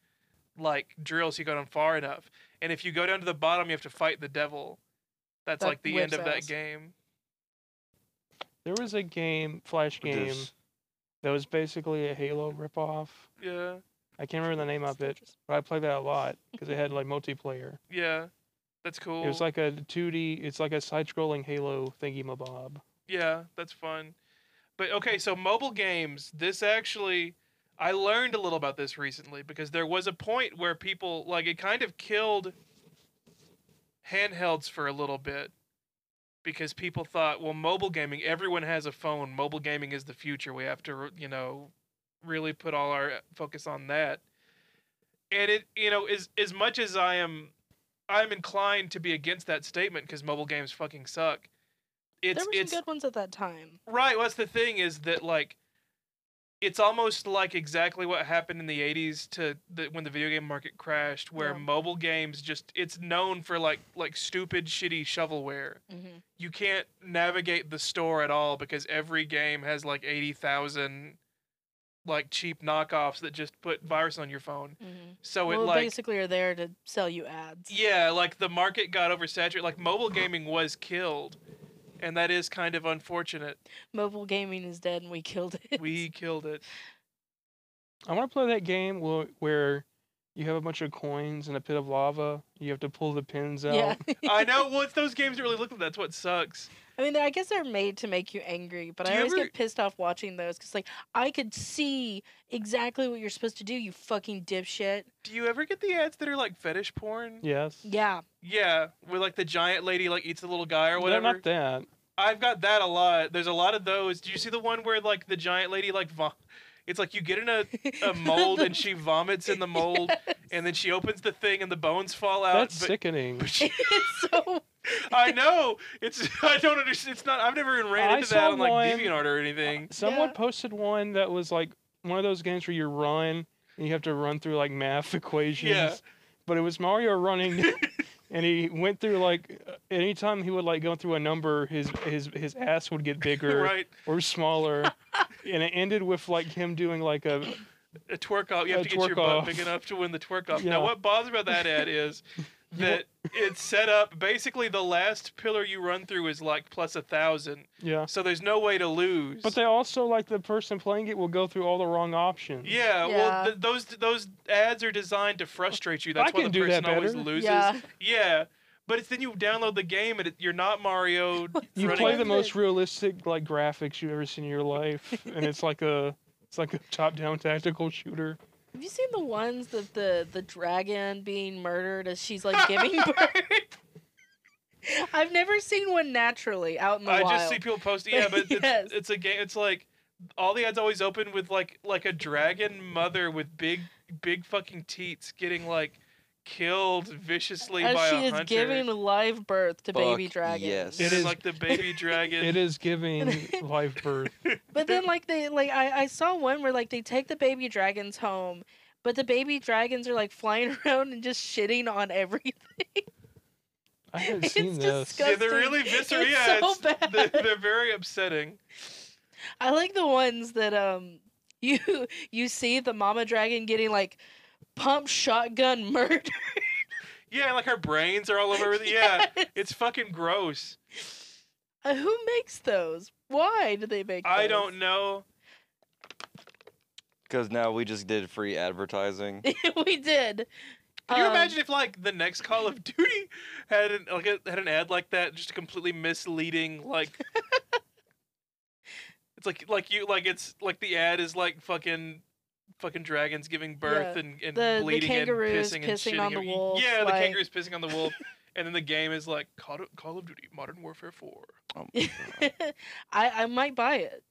like drills. You got them far enough, and if you go down to the bottom, you have to fight the devil. That's
That
like the end
whips
of that
ass.
game.
There was a game, Flash
What
game,
is-
that was basically a Halo ripoff.
Yeah,
I can't remember the name of it,
Tetris.
but I played that a lot because it had like multiplayer.
yeah, that's cool.
It was like a 2D, it's like a side scrolling Halo thingy mabob.
Yeah, that's fun. But okay, so mobile games, this actually I learned a little about this recently because there was a point where people like it kind of killed handhelds for a little bit because people thought, well, mobile gaming, everyone has a phone. Mobile gaming is the future. We have to, you know, really put all our focus on that. And it, you know, as as much as I am, I'm inclined to be against that statement because mobile games fucking suck. It's
there were
it's
some good ones at that time.
Right. What's the thing is that like, it's almost like exactly what happened in the '80s to the, when the video game market crashed, where
Yeah.
mobile games just it's known for like like stupid, shitty shovelware.
Mm-hmm.
You can't navigate the store at all because every game has like eighty thousand like cheap knockoffs that just put virus on your phone.
Mm-hmm.
So
well,
it like
basically are there to sell you ads.
yeah, like the market got oversaturated. Like mobile gaming was killed, and that is kind of unfortunate.
Mobile gaming is dead, and we killed it.
We killed it.
I want to play that game where, where you have a bunch of coins in a pit of lava. You have to pull the pins out.
yeah.
I know. Well, it's those games that really look like that. that's what sucks.
I mean, I guess they're made to make you angry, but
Do
I
you
always
ever-
get pissed off watching those because, like, I could see exactly what you're supposed to do, you fucking dipshit.
Do you ever get the ads that are like fetish porn?
Yes.
Yeah.
Yeah, where like the giant lady like eats the little guy or
No,
whatever.
Not that.
I've got that a lot. There's a lot of those. Do you see the one where like the giant lady like vom- it's like you get in a, a mold and she vomits in the mold and then she opens the thing and the bones fall out. Uh,
That's
but-
sickening.
but she-
it's so.
I know. It's I don't understand. It's not. I've never even ran
I
into
saw
that on like
one-
DeviantArt or anything.
Someone
Yeah.
posted one that was like one of those games where you run and you have to run through like math equations. But it was Mario running and he went through like uh, anytime he would like go through a number his his his ass would get bigger
right.
or smaller. and it ended with like him doing like a
a twerk off. You
A
have to get your
twerk
butt
off.
big enough to win the twerk off.
Yeah.
Now, what bothers me about that ad is that it's set up basically the last pillar you run through is like plus a thousand,
yeah.
so there's no way to lose.
But they also like the person playing it will go through all the wrong options.
yeah,
Yeah.
well, th- those those ads are designed to frustrate you. That's
I
why
can
the
do that
person always
better.
loses.
Yeah.
Yeah, But it's then you download the game and it, you're not Mario.
You
running-
play the
Right.
most realistic like graphics you've ever seen in your life, and it's like a it's like a top down tactical shooter.
Have you seen the ones that the the dragon being murdered as she's like giving birth? I've never seen one naturally out in the
I
wild.
just see people post. Yeah, but it's,
Yes.
it's a game. It's like all the ads always open with like like a dragon mother with big big fucking teats getting like killed viciously by
as she
a
is
hunter.
giving live birth to baby
Fuck
dragons.
yes.
It
it
is-
is like the baby dragon.
It is giving life birth.
But then like they like I, I saw one where like they take the baby dragons home, but the baby dragons are like flying around and just shitting on everything.
I haven't
It's
seen this.
disgusting.
Yeah, they're really visceral.
It's
Yeah,
so
it's- They're,
bad.
they're very upsetting.
I like the ones that um you you see the mama dragon getting like pump shotgun murdered.
Yeah, like her brains are all over everything. Yeah, it's fucking gross.
Uh, who makes those? Why do they make?
I
those?
don't know.
Because now we just did free advertising.
we did.
Can you
Um,
imagine if like the next Call of Duty had an like a, had an ad like that, just completely misleading like. it's like like you like it's like the ad is like fucking, fucking dragons giving birth
Yeah.
and and
The- the
bleeding and
kangaroos
pissing, and
pissing
shitting
on the
every-
wolf,
Yeah, the
like-
kangaroo's pissing on the wolf, and then the game is like Call of, Call of Duty Modern Warfare Four.
Oh my God.
I I might buy it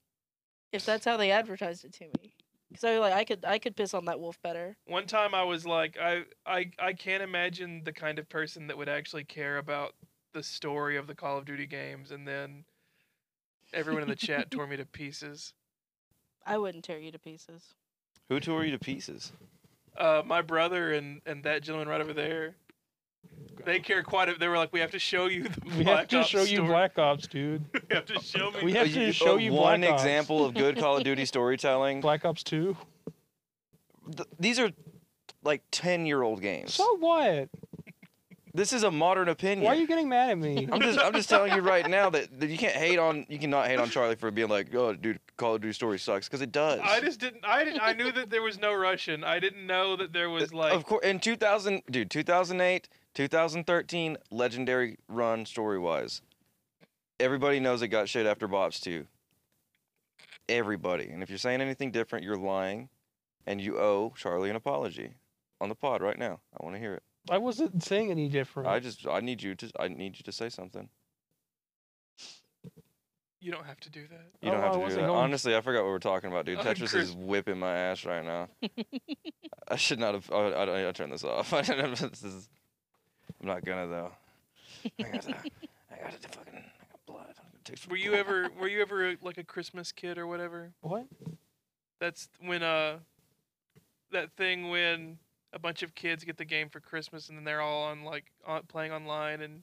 if that's how they advertised it to me. Cause I like I could I could piss on that wolf better.
One time I was like, I, I I can't imagine the kind of person that would actually care about the story of the Call of Duty games and then everyone in the chat tore me to pieces.
I wouldn't tear you to pieces.
Who tore you to pieces?
Uh, my brother and, and that gentleman right over there, they care quite a they were like, We have to show you the
We have
Black
to
Ops
show you
story.
Black Ops, dude.
we have to show me
We have
Oh,
to show
oh,
you
one
Black Ops.
example of good Call of Duty storytelling.
Black Ops Two.
Th- these are like ten-year-old games.
So what?
this is a modern opinion.
Why are you getting mad at me?
I'm just I'm just telling you right now that, that you can't hate on you cannot hate on Charlie for being like oh dude Call of Duty story sucks because it does.
I just didn't I didn't I knew that there was no Russian. I didn't know that there was like
of course in 2000 dude 2008 2013 legendary run story wise. Everybody knows it got shit after Bob's 2. Everybody, and if you're saying anything different, you're lying. and you owe Charlie an apology on the pod right now. I want to hear it.
I wasn't saying any different.
I just I need you to I need you to say something.
You don't have to do that.
You
Oh,
don't
I
have to do
wasn't
that.
going to-
Honestly, I forgot what we were talking about, dude.
Oh,
Tetris
great.
is whipping my ass right now. I should not have. Oh, I, I, I turned this off. I don't, this is, I'm not gonna though. I got the, I got the fucking I got blood. I'm gonna take some
Were you
blood.
ever were you ever uh, like a Christmas kid or whatever?
what?
That's when uh that thing when a bunch of kids get the game for Christmas and then they're all on like on, playing online and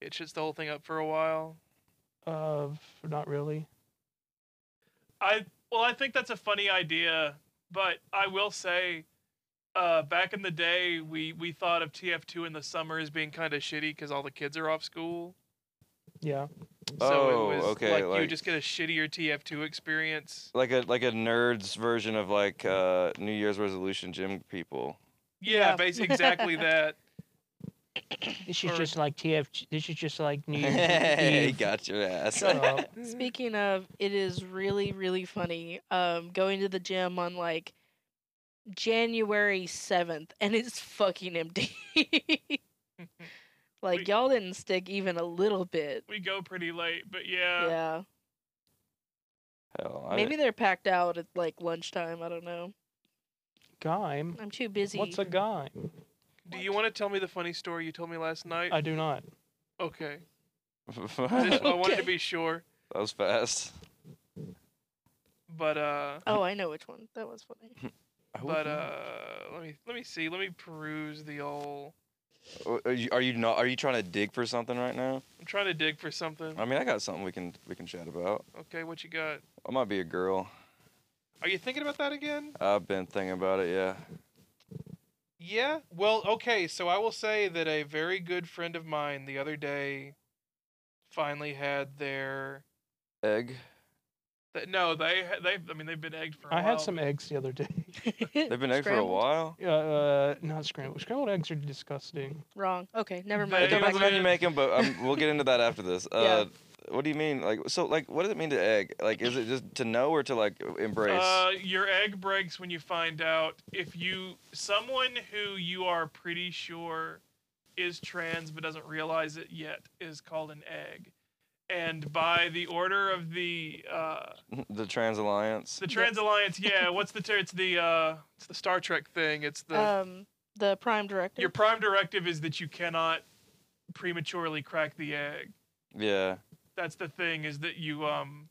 it shuts the whole thing up for a while.
Uh, f- not really.
I well, I think that's a funny idea, but I will say, uh, back in the day, we we thought of TF2 in the summer as being kind of shitty because all the kids are off school.
Yeah.
Oh,
so it was
okay,
like, you
like-
just get a shittier TF2 experience.
like a like a nerd's version of like uh, New Year's resolution gym people?
Yeah,
Yeah.
basically exactly that.
This
is Or- just
like TF. This is just like New
Hey, got your ass.
Shut up.
Mm-hmm.
Speaking of, it is really, really funny um, going to the gym on like January 7th and it's fucking empty. like,
Wait.
y'all didn't stick even a little bit.
we go pretty late, but yeah,
Yeah.
Hell, I
Maybe they're packed out at like lunchtime. I don't know.
Gime.
I'm too busy.
What's a gime?
Do you want to tell me the funny story you told me last night?
I do not.
okay, Just-
that
I wanted to
Okay.
be sure,
was fast.
but uh,
Oh, I know which one. That was funny.
I would
but
not-
uh, let me let me see, let me peruse the old.
Oh, Are you, are you not? Are you trying to dig for something right now?
I'm trying to dig for something.
I mean, I got something we can we can chat about.
Okay, what you got?
I might be a girl.
Are you thinking about that again?
I've been thinking about it. Yeah.
Yeah. Well, okay, so I will say that a very good friend of mine the other day finally had their
Egg.
that no, they ha- they I mean they've been egged for a
I
while.
had some eggs the other day.
They've been egg for a
Scrambled?
while.
Uh, uh, not scrambled. Scrambled eggs are disgusting.
Wrong. Okay, never
They
It
mind.
don't
depends
Go
on how
back
even-
you make them, but um, we'll get into that after this. Uh, What do you mean? Like, so, like, what does it mean to egg? Like, is it just to know or to like embrace?
Uh, your egg breaks when you find out if you someone who you are pretty sure is trans but doesn't realize it yet is called an egg. And by the order of the uh
the Trans Alliance.
the Trans Alliance, yeah, what's the ter- it's the uh it's the Star Trek thing. It's the
to- um, the prime directive.
Your prime directive is that you cannot prematurely crack the egg.
Yeah.
That's the thing is that you um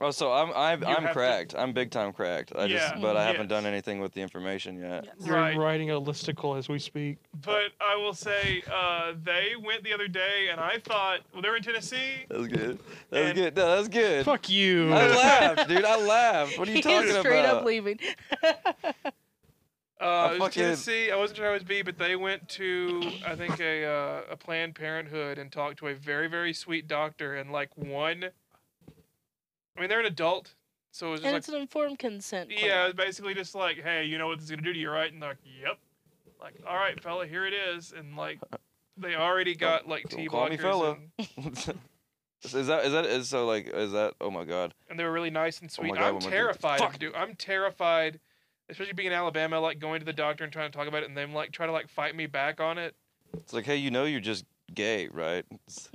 Oh, so I'm I'm,
You
I'm
have to-
cracked. I'm big time cracked. I
Yeah.
just, but I haven't done
Yes.
anything with the information yet.
Yes.
You're
Right.
writing a listicle as we speak.
but I will say uh they went the other day and I thought well they're in Tennessee.
That's good. That's
And-
good. No, that's good.
Fuck
I
you.
laughed, dude. I laughed. What are
He
you
is
talking
straight
about?
up leaving.
Uh it was
fucking-
Tennessee. I wasn't sure I was B, but they went to I think a uh, a Planned Parenthood and talked to a very very sweet doctor and like one I mean they're an adult. So it was just
and
like
it's an informed consent. claim.
Yeah, it's basically just like, hey, you know what this is gonna do to you, right? And they're like, yep. Like, all right, fella, here it is, and like, they already got like
don't
T
call me
blockers,
fella.
and,
is that is that is so like is that? Oh my god.
and they were really nice and sweet.
Oh my God,
I'm
what am I doing?
terrified,
Fuck.
dude. I'm terrified, especially being in Alabama, like going to the doctor and trying to talk about it, and them like try to like fight me back on it.
It's like, hey, you know, you're just gay, right? It's-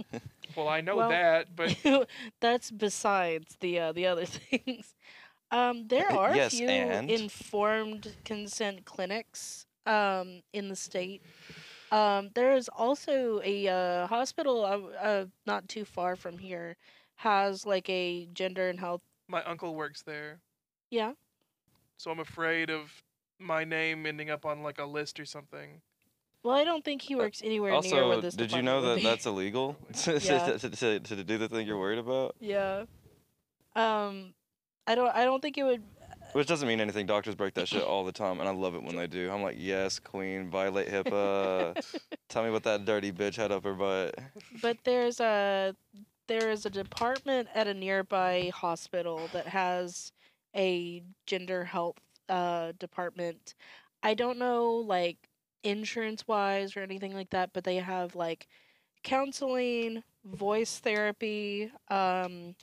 Well, I know
Well-
that, but
That's besides the uh, the other things. Um, there are
Uh, Yes,
few
and?
informed consent clinics um, in the state. Um, there is also a uh, hospital uh, uh, not too far from here has like a gender and health.
my uncle works there,
Yeah.
so I'm afraid of my name ending up on like a list or something.
Well, I don't think he works anywhere near where
Uh, also,
this.
did you know
department would
that
be.
that's illegal to,
Yeah.
to, to, to do the thing you're worried about?
Yeah. Um, I don't. I don't think it would.
Which doesn't mean anything. Doctors break that shit all the time, and I love it when they do. I'm like, yes, queen, violate HIPAA. Tell me what that dirty bitch had up her butt.
But there's a there is a department at a nearby hospital that has a gender health uh, department. I don't know like insurance wise or anything like that, but they have like counseling, voice therapy. Um,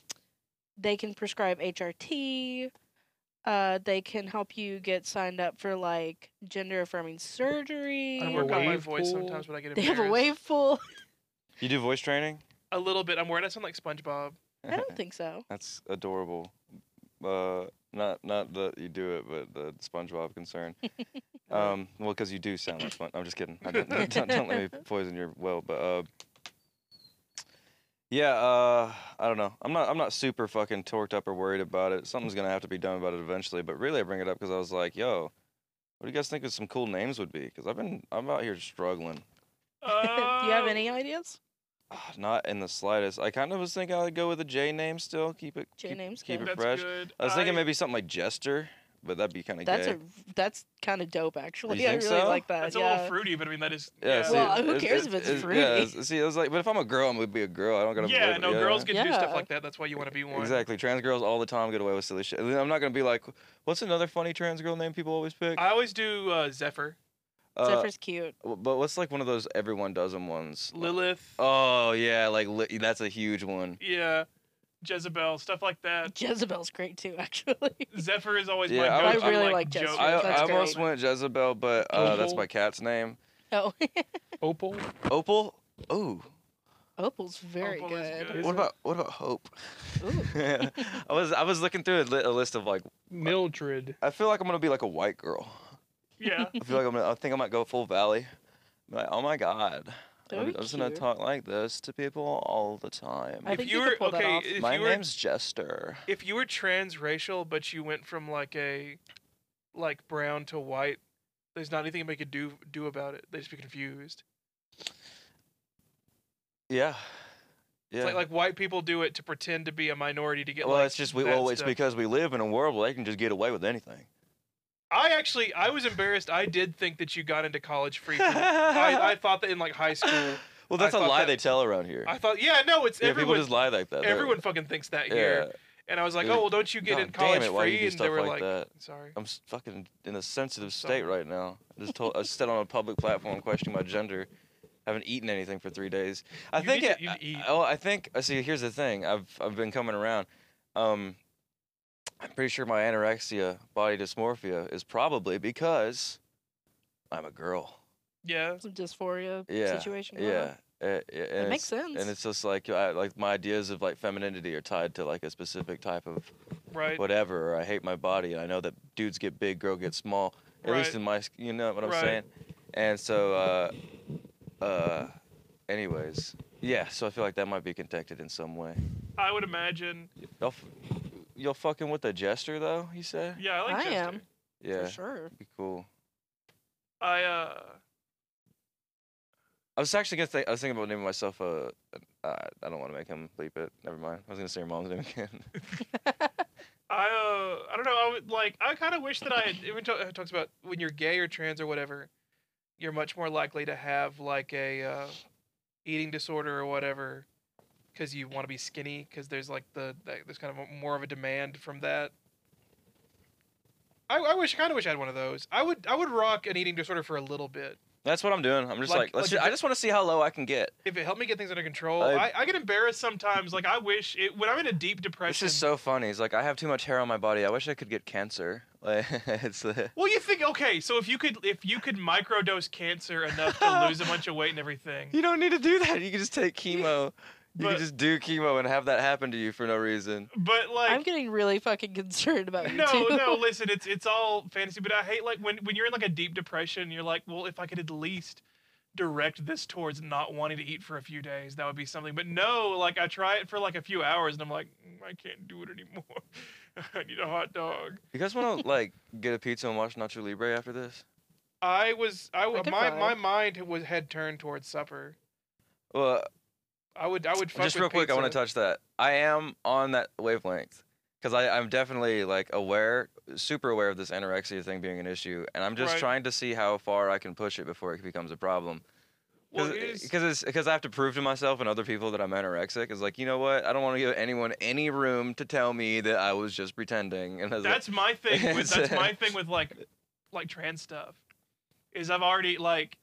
they can prescribe HRT. Uh, they can help you get signed up for like gender affirming surgery.
I
Have a
work on my
wave
voice
pool.
sometimes when I get
They have a
embarrassed.
wave pool.
You do voice training?
A little bit. I'm worried I sound like SpongeBob.
I don't think so.
That's adorable. Uh, not not that you do it, but the SpongeBob concern. um, well, because you do sound like Spon I'm just kidding. I don't, don't, don't- don't let me poison your well, but uh, yeah. Uh, I don't know. I'm not I'm not super fucking torqued up or worried about it. Something's gonna have to be done about it eventually. But really, I bring it up because I was like, yo. What do you guys think of some cool names would be? Because I've been I'm out here struggling.
Do you have
Oh,
any ideas?
Ah, Not in the slightest. I kind of was thinking I'd go with a J name still. Keep it
J
keep,
name's
keep
good.
it
That's
fresh.
good.
I was thinking
I-
maybe something like Jester, but that'd be kind of
That's
gay.
a that's kind of dope actually.
You
I
think
really
so?
like that.
That's a
yeah.
little fruity, but I mean that is.
yeah, see,
Well, who
it's-
cares if it's
Yeah,
fruity?
it's- see, I was like, but if I'm a girl, I'm gonna be a girl. I don't gotta.
yeah,
worry-
no, girls can do stuff
Yeah.
like that. That's why you want to be one.
Exactly, trans girls all the time get away with silly shit. And then I'm not gonna be like, what's another funny trans girl name people always pick?
I always do uh, Zephyr,
Uh,
Zephyr's cute.
w- but what's like one of those everyone does them ones?
Lilith,
Oh yeah, like li- that's a huge one.
yeah, Jezebel, stuff like that.
Jezebel's great too, actually.
Zephyr is always
Yeah,
my
I-
go-to.
I
really
like
like Jezebel.
joke.
I, I
That's
almost
great.
went Jezebel, but uh, that's
Opal.
my cat's name.
oh,
Opal.
Opal. Ooh.
Opal's very
Opal is good.
good.
What
Isn't-
about what about Hope?
Ooh.
I was I was looking through a, li- a list of like
Mildred.
I feel like I'm gonna be like a white girl.
Yeah,
I feel like I'm gonna, I think I might go full valley. Be Like, oh my god,
That
I'm
would be
just gonna
cute.
talk like this to people all the time.
I
if
think
you
you
were
could pull that
okay,
off.
if
my
you were
name's Jester.
if you were transracial, but you went from like a like brown to white, there's not anything they could do do about it. They just be confused.
Yeah, yeah.
It's like like white people do it to pretend to be a minority to get
well,
like
it's just we,
that
well, it's
stuff.
because we live in a world where they can just get away with anything.
I actually I was embarrassed. I did think that you got into college free. from- I, I thought that in like high school.
well, that's a
thought
lie
that-
they tell around here.
I thought yeah, no, it's
yeah, people
everyone
just lie like that. They're-
everyone fucking thinks that
Yeah.
here. And I was like,
They're like,
"Oh, well, don't you get
"God
in
damn
college
it, why do you
free?"
do
and they
stuff
were
like
like,
that?
"Sorry."
I'm s- fucking in a sensitive
Sorry.
state right now. I just told I stood on a public platform questioning my gender. haven't eaten anything for three days. I
You
think
need
it,
to- you need to
I-
eat.
oh, I think. uh, See, here's the thing. I've I've been coming around. Um, I'm pretty sure my anorexia, body dysmorphia, is probably because I'm a girl.
Yeah.
Some dysphoria
Yeah,
situation. going on.
Yeah. Uh, yeah,
It
and
makes
it's-
sense.
And it's just like I, like my ideas of like femininity are tied to like a specific type of
Right.
whatever or I hate my body and I know that dudes get big, girl get small. At least
Right.
in my, s- you know what I'm
Right.
saying. And so, uh, uh, anyways, yeah. So I feel like that might be connected in some way.
I would imagine.
Y'all, f- y'all fucking with the jester though? You said?
Yeah, I like
I
Chester.
am.
Yeah.
For sure.
Be cool.
I uh
I was actually gonna think. I was thinking about naming myself a. Uh, I don't want to make him bleep it. Never mind. I was gonna say your mom's name again.
I uh I don't know. I would like I kind of wish that I had it would ta- it talks about when you're gay or trans or whatever, you're much more likely to have like a uh, eating disorder or whatever cuz you want to be skinny cuz there's like the that, there's kind of a, more of a demand from that. I, I wish I kind of wish I had one of those. I would I would rock an eating disorder for a little bit.
That's what I'm doing. I'm just
Like-
like, let's.
like
ju-
a
I
bit-
just want to see how low I can get.
If it helped me get things under control, I,
I-
I, get embarrassed sometimes. Like I wish it when I'm in a deep
This
depression.
is so funny. He's like, I have too much hair on my body. I wish I could get cancer. Like, it's the.
Well, you think okay, so if you could if you could microdose cancer enough to lose a bunch of weight and everything,
You don't need to do that. You can just take chemo. you
But-
can just do chemo and have that happen to you for no reason.
but
I'm
like
getting really fucking concerned about you
no,
too.
no, listen, it's it's all fantasy, but I hate like when when you're in like a deep depression, you're like, well, if I could at least direct this towards not wanting to eat for a few days, that would be something. But no, like I try it for like a few hours and I'm like, "Mm, I can't do it anymore. I need a hot dog.
You guys want to like get a pizza and watch Nacho Libre after this?
I was I, w-
I could
my
try.
my mind was had turned towards supper.
Well,
I would I would fuck
just
with
real quick, I want to
pizza.
touch that. I am on that wavelength because I'm definitely like aware, super aware of this anorexia thing being an issue, and I'm just
Right.
trying to see how far I can push it before it becomes a problem.
Well,
Because
it is-
it's because I have to prove to myself and other people that I'm anorexic. It's like you know what? I don't want to give anyone any room to tell me that I was just pretending. And I was like,
that's my thing with that's
It's, uh,
my thing with like like trans stuff is i've already like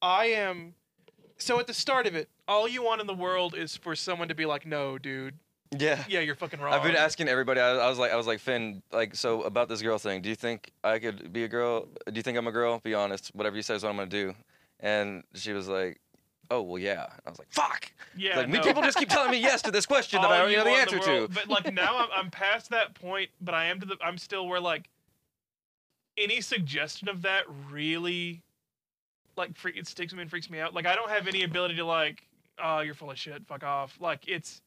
i am so at the start of it all you want in the world is for someone to be like no dude
Yeah.
Yeah, you're fucking wrong.
I've been asking everybody. I, I was like, I was like, Finn, like, so about this girl thing. Do you think I could be a girl? Do you think I'm a girl? Be honest. Whatever you say is what I'm gonna do. And she was like, Oh well, yeah. I was like, Fuck.
Yeah,
like me,
no.
people just keep telling me yes to this question that
All
I already
you
know the
want
answer
in
to.
world. But like now, I'm, I'm past that point. But I am to the. I'm still where like any suggestion of that really like freak, it sticks me and freaks me out. Like I don't have any ability to like, oh, you're full of shit. Fuck off. Like it's.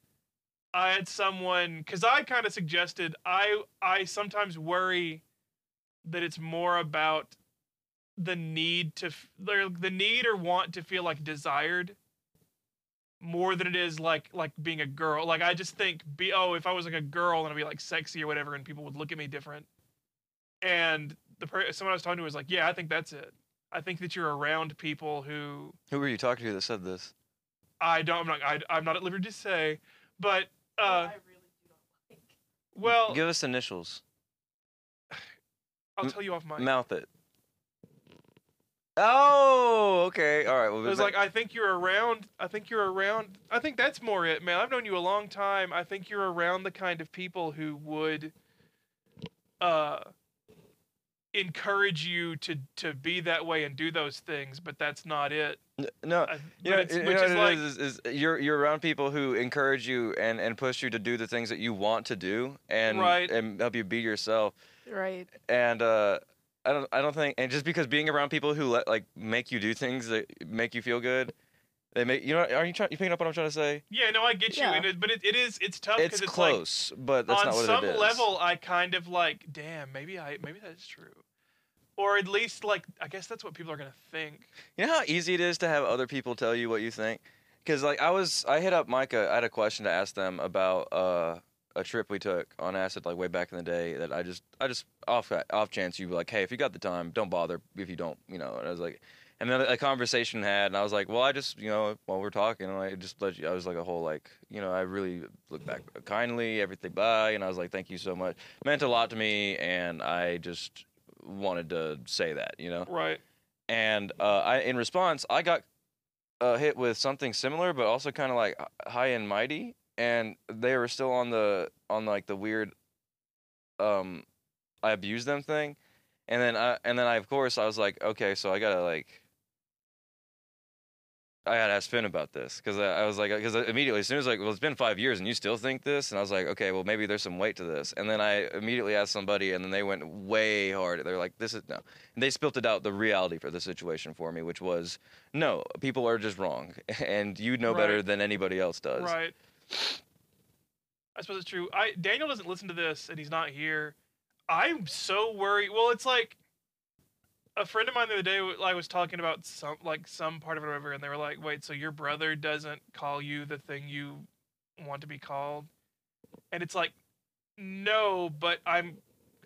I had someone because I kind of suggested I I sometimes worry that it's more about the need to f- or the need or want to feel like desired more than it is like like being a girl. Like I just think be oh if I was like a girl and I'd be like sexy or whatever and people would look at me different. And the per- someone I was talking to was like, yeah, I think that's it. I think that you're around people who
Who were you talking to that said this?
I don't I'm not I, I'm not at liberty to say, but
Well,
uh
I really do not like.
well
Give us initials.
I'll tell you off mic.
Mouth it. Oh, okay. All right. Well,
It was
ma-
like I think you're around. I think you're around. I think that's more it, man. I've known you a long time. I think you're around the kind of people who would uh encourage you to to be that way and do those things, but that's not it.
N- no. You
I, uh, but
know,
it's,
you know
which
what
is
it
like
is, is- is you're you're around people who encourage you and, and push you to do the things that you want to do and
Right.
and help you be yourself
Right.
and uh, I don't I don't think and just because being around people who let, like make you do things that make you feel good they make you know are you trying you picking up what I'm trying to say
yeah, no, I get you,
Yeah.
and it, but it, it is it's tough because
it's
it's,
close but that's
like on
not what
some
it is
level I kind of like, damn, maybe I maybe that's true. Or at least like I guess that's what people are gonna think.
You know how easy it is to have other people tell you what you think? Because like I was, I hit up Micah. I had a question to ask them about uh, a trip we took on acid, like way back in the day. That I just, I just off off chance you were like, hey, if you got the time, don't bother. If you don't, you know. And I was like, and then a conversation had, and I was like, well, I just, you know, while we're talking, I just let you. I was like a whole like, you know, I really look back kindly, everything. Bye. And I was like, thank you so much. Meant a lot to me, and I just wanted to say that, you know
Right.
and uh, I, in response, I got uh, hit with something similar, but also kind of like h- high and mighty, and they were still on the on like the weird, um, I abused them thing, and then I and then I of course I was like, okay, so I gotta like. I gotta ask Finn about this because I, I was like, because immediately as soon as like, well, it's been five years and you still think this, and I was like, okay, well, maybe there's some weight to this, and then I immediately asked somebody, and then they went way hard. They're like, this is no, and they spilled it out the reality for the situation for me, which was no, people are just wrong, and you know better
Right.
than anybody else does.
Right. I suppose it's true. I Daniel doesn't listen to this and he's not here. I'm so worried. Well, it's like a friend of mine the other day I was talking about some like some part of it or whatever and they were like, "Wait, so your brother doesn't call you the thing you want to be called?" And it's like, "No, but I'm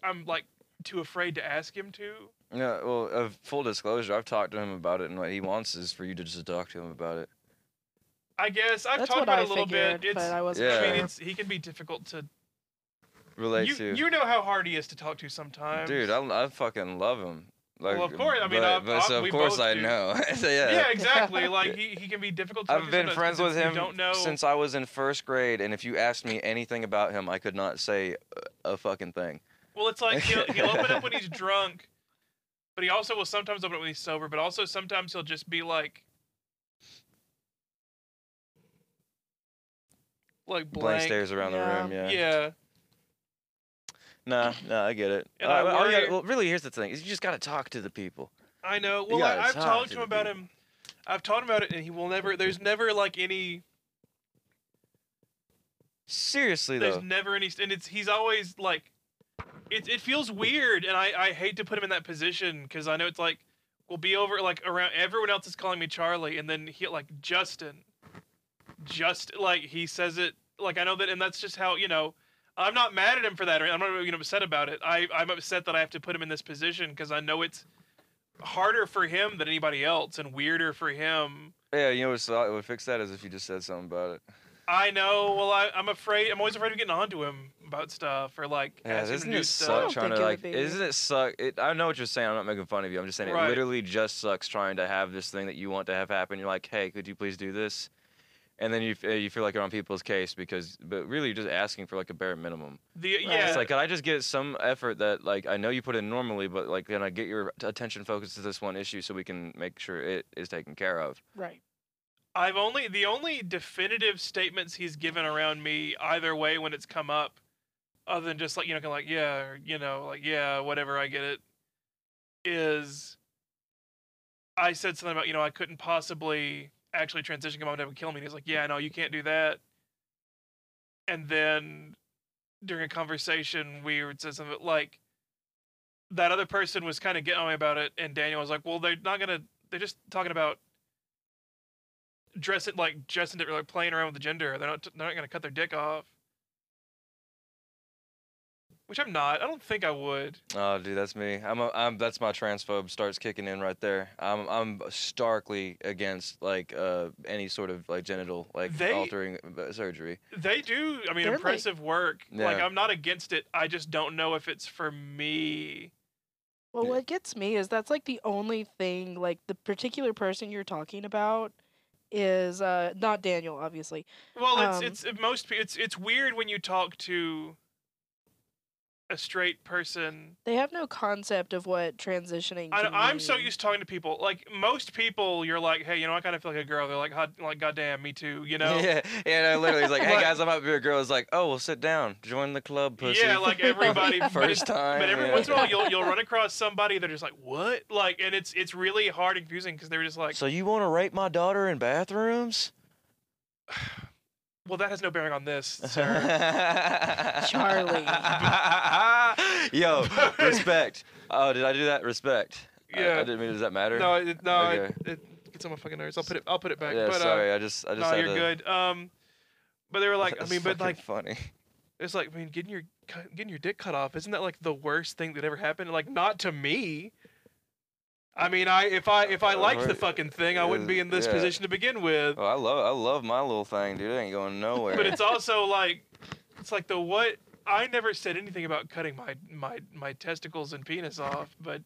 I'm like too afraid to ask him to."
Yeah. Well, of full disclosure, I've talked to him about it, and what he wants is for you to just talk to him about it.
I guess I've
That's
talked
what
about
I
it a little
figured,
bit. It's
but I wasn't
Yeah.
I mean,
sure.
it's he can be difficult to
Relate
you,
to,
you know how hard he is to talk to sometimes.
dude. I, I fucking love him. Like,
Well, of course, I mean,
but,
ob-
but
ob-
so of
we
course
both
I
do.
know. so,
Yeah,
yeah.
exactly. Like he, he can be difficult. To talk
I've
to
been
sometimes 'cause
friends with
it's-
him
You don't know.
since I was in first grade, and if you asked me anything about him, I could not say a, a fucking thing.
well, it's like he'll, he'll open up when he's drunk, but he also will sometimes open up when he's sober. But also sometimes he'll just be like, like blank.
Blank stares around
Yeah.
the room.
Yeah.
No, no, I get it.
And
Uh,
I
well, all you
worry-
gotta- well, really, here's the thing: is you just got to talk to the people.
I know. Well,
Yeah,
I,
it's
I've
hard
talked
to
to him
be-
about him. I've taught him about it, and he will never. There's never like any.
Seriously,
There's
though.
never any, and it's he's always like, it it feels weird, and I I hate to put him in that position because I know it's like we'll be over like around everyone else is calling me Charlie, and then he like Justin, just like he says it like I know that, and that's just how you know. I'm not mad at him for that, or I'm not even upset about it. I I'm upset that I have to put him in this position because I know it's harder for him than anybody else, and weirder for him.
yeah, you know what's it would fix that is if you just said something about it.
I know. Well, I, I'm afraid. I'm always afraid of getting onto him about stuff or like
Yeah, doesn't
asking him to do
it
I
suck
stuff.
don't
trying to
think it would
like?
be.
Isn't it suck? It, I know what you're saying. I'm not making fun of you. I'm just saying
Right.
it literally just sucks trying to have this thing that you want to have happen. You're like, hey, could you please do this? and then you f- you feel like you're on people's case because but really you're just asking for like a bare minimum.
The yeah,
It's like, could I just get some effort that, like, I know you put in normally, but like, can I get your t- attention focused to this one issue so we can make sure it is taken care of?
Right.
I've only the only definitive statements he's given around me either way when it's come up, other than just like you know, kind of like yeah, or, you know, like yeah, whatever, I get it. Is I said something about you know I couldn't possibly actually transition come on and kill me. And he's like, yeah, no, you can't do that. And then during a conversation, we were said something like that other person was kind of getting on me about it, and Daniel was like, well, they're not gonna, they're just talking about dressing like dressing it like playing around with the gender. They're not they're not gonna cut their dick off. Which I'm not. I don't think I would.
Oh, dude, that's me. I'm, a, I'm that's my transphobe starts kicking in right there. I'm, I'm starkly against like uh any sort of like genital like
They-
altering uh, surgery.
They do. I mean,
They're, like-
impressive work. Like
Yeah.
I'm not against it. I just don't know if it's for me.
Well,
Yeah.
what gets me is that's like the only thing, like the particular person you're talking about is uh not Daniel, obviously.
Well, it's
Um,
it's it- most pe- it's it's weird when you talk to a straight person.
They have no concept of what transitioning.
I,
can
I'm so
mean.
used to talking to people. Like most people, you're like, hey, you know, I kind of feel like a girl. They're like, "Hot- like, goddamn, me too. You know.
Yeah, and I literally was like, hey
But-
guys, I'm up here. Girl is like, oh, well, sit down, join the club, pussy.
Yeah, like everybody. but
first time.
But every
yeah.
once in a while, you'll you'll run across somebody that is like, "What?" Like, and it's it's really hard and confusing because they're just like,
so you want to rape my daughter in bathrooms?
"Well, that has no bearing on this, sir."
Charlie.
Yo, respect. Oh, did I do that? Respect. I- I,
Yeah.
didn't mean. Does that matter?
no, it, no,
Okay.
it, it gets on my fucking nerves. I'll put it I'll put it back.
Yeah,
but, uh,
sorry. I just, I just.
no,
had
you're
to-
good. Um, but they were like, I
That's
mean, but
fucking
like,
funny.
it's like, I mean, getting your cut- getting your dick cut off isn't that like the worst thing that ever happened? Like, not to me. I mean, I if I if I liked the
Right.
fucking thing, I wouldn't be in this
Yeah.
position to begin with.
Oh, I love, I love my little thing, dude. It ain't going nowhere.
but it's also like it's like the what I never said anything about cutting my my my testicles and penis off, but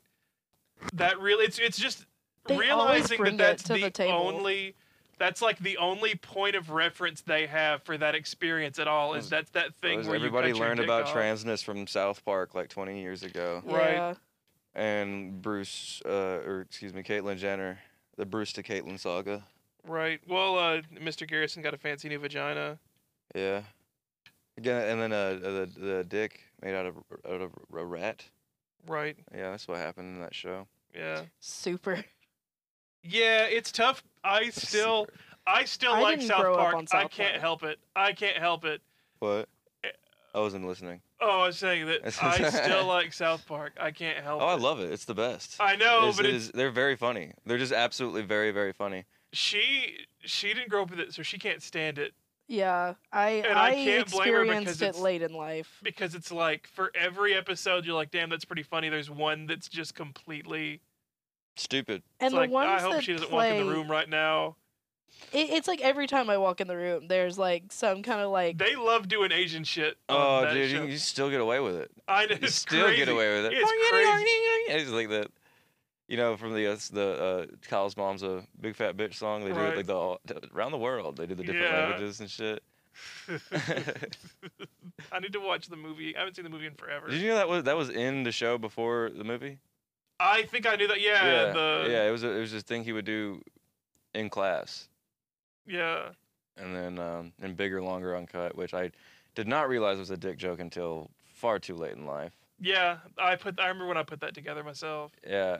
that really it's it's just
They always
realizing
bring
that
it
that's
to
the,
the table.
only that's like the only point of reference they have for that experience at all is
Was-
that's that thing
Was
where
Hmm. everybody
you cut your
learned
dick
about
off.
transness from South Park like 20 years ago,
Right.
Yeah.
and Bruce, uh, or excuse me, Caitlyn Jenner, the Bruce to Caitlyn saga.
Right. Well, uh, Mr. Garrison got a fancy new vagina.
Yeah. Again, and then uh, the the dick made out of out of a rat.
Right.
Yeah, that's what happened in that show.
Yeah.
Super.
Yeah, it's tough. I still I still
I
like
didn't
South
grow up
Park.
on
I
South
can't
Park.
help it. I can't help it.
What?
Eh.
I wasn't listening.
Oh, I was saying that I still like South Park. I can't help
Oh, I
it.
love it. It's the best.
I know,
It's-
but
it
it's,
is- they're very funny. They're just absolutely very, very funny.
she she didn't grow up with it, so she can't stand it
Yeah. I
And I
I,
can't blame her because
experienced it
it's-
late in life.
because it's like for every episode you're like, damn, that's pretty funny. There's one that's just completely.
Stupid.
It's
And the
like
ones
I hope
that
she doesn't
play,
walk in the room right now.
It, it's like every time I walk in the room, there's like some kind of like
They love doing Asian shit.
Oh,
on that
dude, you,
show.
can- you still get away with it.
I know,
You
it's
still
crazy.
get away with it.
It's crazy.
It's like that. You know, from the uh, s- the uh, Kyle's mom's a big fat bitch song. They do
Right.
it like the all, around the world. They do the different
Yeah.
languages and shit.
I need to watch the movie. I haven't seen the movie in forever.
Did you know that was that was in the show before the movie?
I think I knew that. Yeah, the
yeah. It was a, it was this thing he would do in class,
yeah.
and then um, in bigger, longer, uncut, which I did not realize was a dick joke until far too late in life.
Yeah, I put. I remember when I put that together myself.
Yeah,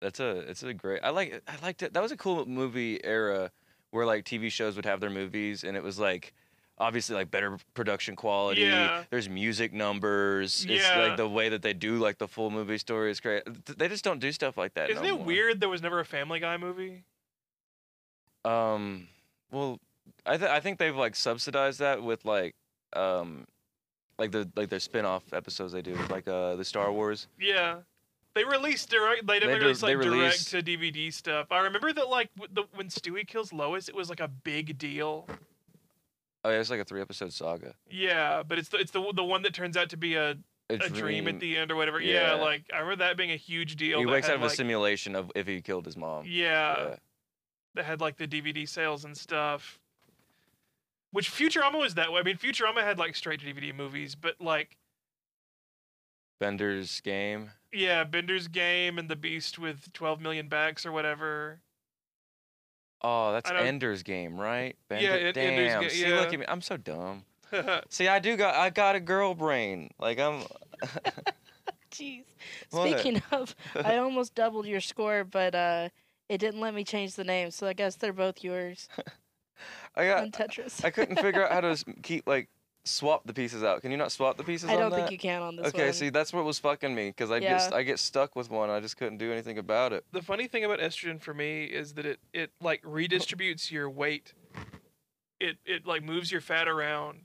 that's a it's a great. I like I liked it. That was a cool movie era where like TV shows would have their movies, and it was like obviously like better production quality.
Yeah.
There's music numbers. It's
Yeah.
like the way that they do like the full movie story is great. Th- They just don't do stuff like that.
Isn't
no
it
more.
weird there was never a Family Guy movie?
Um, well, I th- I think they've like subsidized that with like um. Like the like their spin-off episodes they do, with, like uh the Star Wars.
Yeah. They released direct.
They
They didn't
do-
release
they
like direct
released-
to DVD stuff. I remember that like w- the, when Stewie kills Lois, it was like a big deal.
Oh, yeah, it's like a three-episode saga.
Yeah, but it's the, it's the the one that turns out to be a,
A,
a dream at the end or whatever. Yeah.
Yeah.
like I remember that being a huge deal.
He
that
wakes
had,
out of a
like,
simulation of if he killed his mom.
yeah,
Yeah.
that had like the DVD sales and stuff. Which Futurama was that way. I mean, Futurama had like straight to DVD movies, but like
Bender's game.
yeah, Bender's Game and The Beast with 12 million backs or whatever.
Oh, that's
don't-
Ender's game, right?
Yeah,
Bender.
it-
Damn.
Ender's Ga-
See, look
yeah.
at me. I'm so dumb.
I
See, I do got I got a girl brain. Like I'm
Jeez.
What?
Speaking of, I almost doubled your score, but uh, it didn't let me change the name, so I guess they're both yours
I got
on Tetris.
I couldn't figure out how to s- keep like swap the pieces out. Can you not swap the pieces
I
on
don't
that?
think you can on this
Okay,
one.
see, that's what was fucking me because I
Yeah.
get st- I get stuck with one. I just couldn't do anything about it.
the funny thing about estrogen for me is that it it like redistributes your weight. It it like moves your fat around,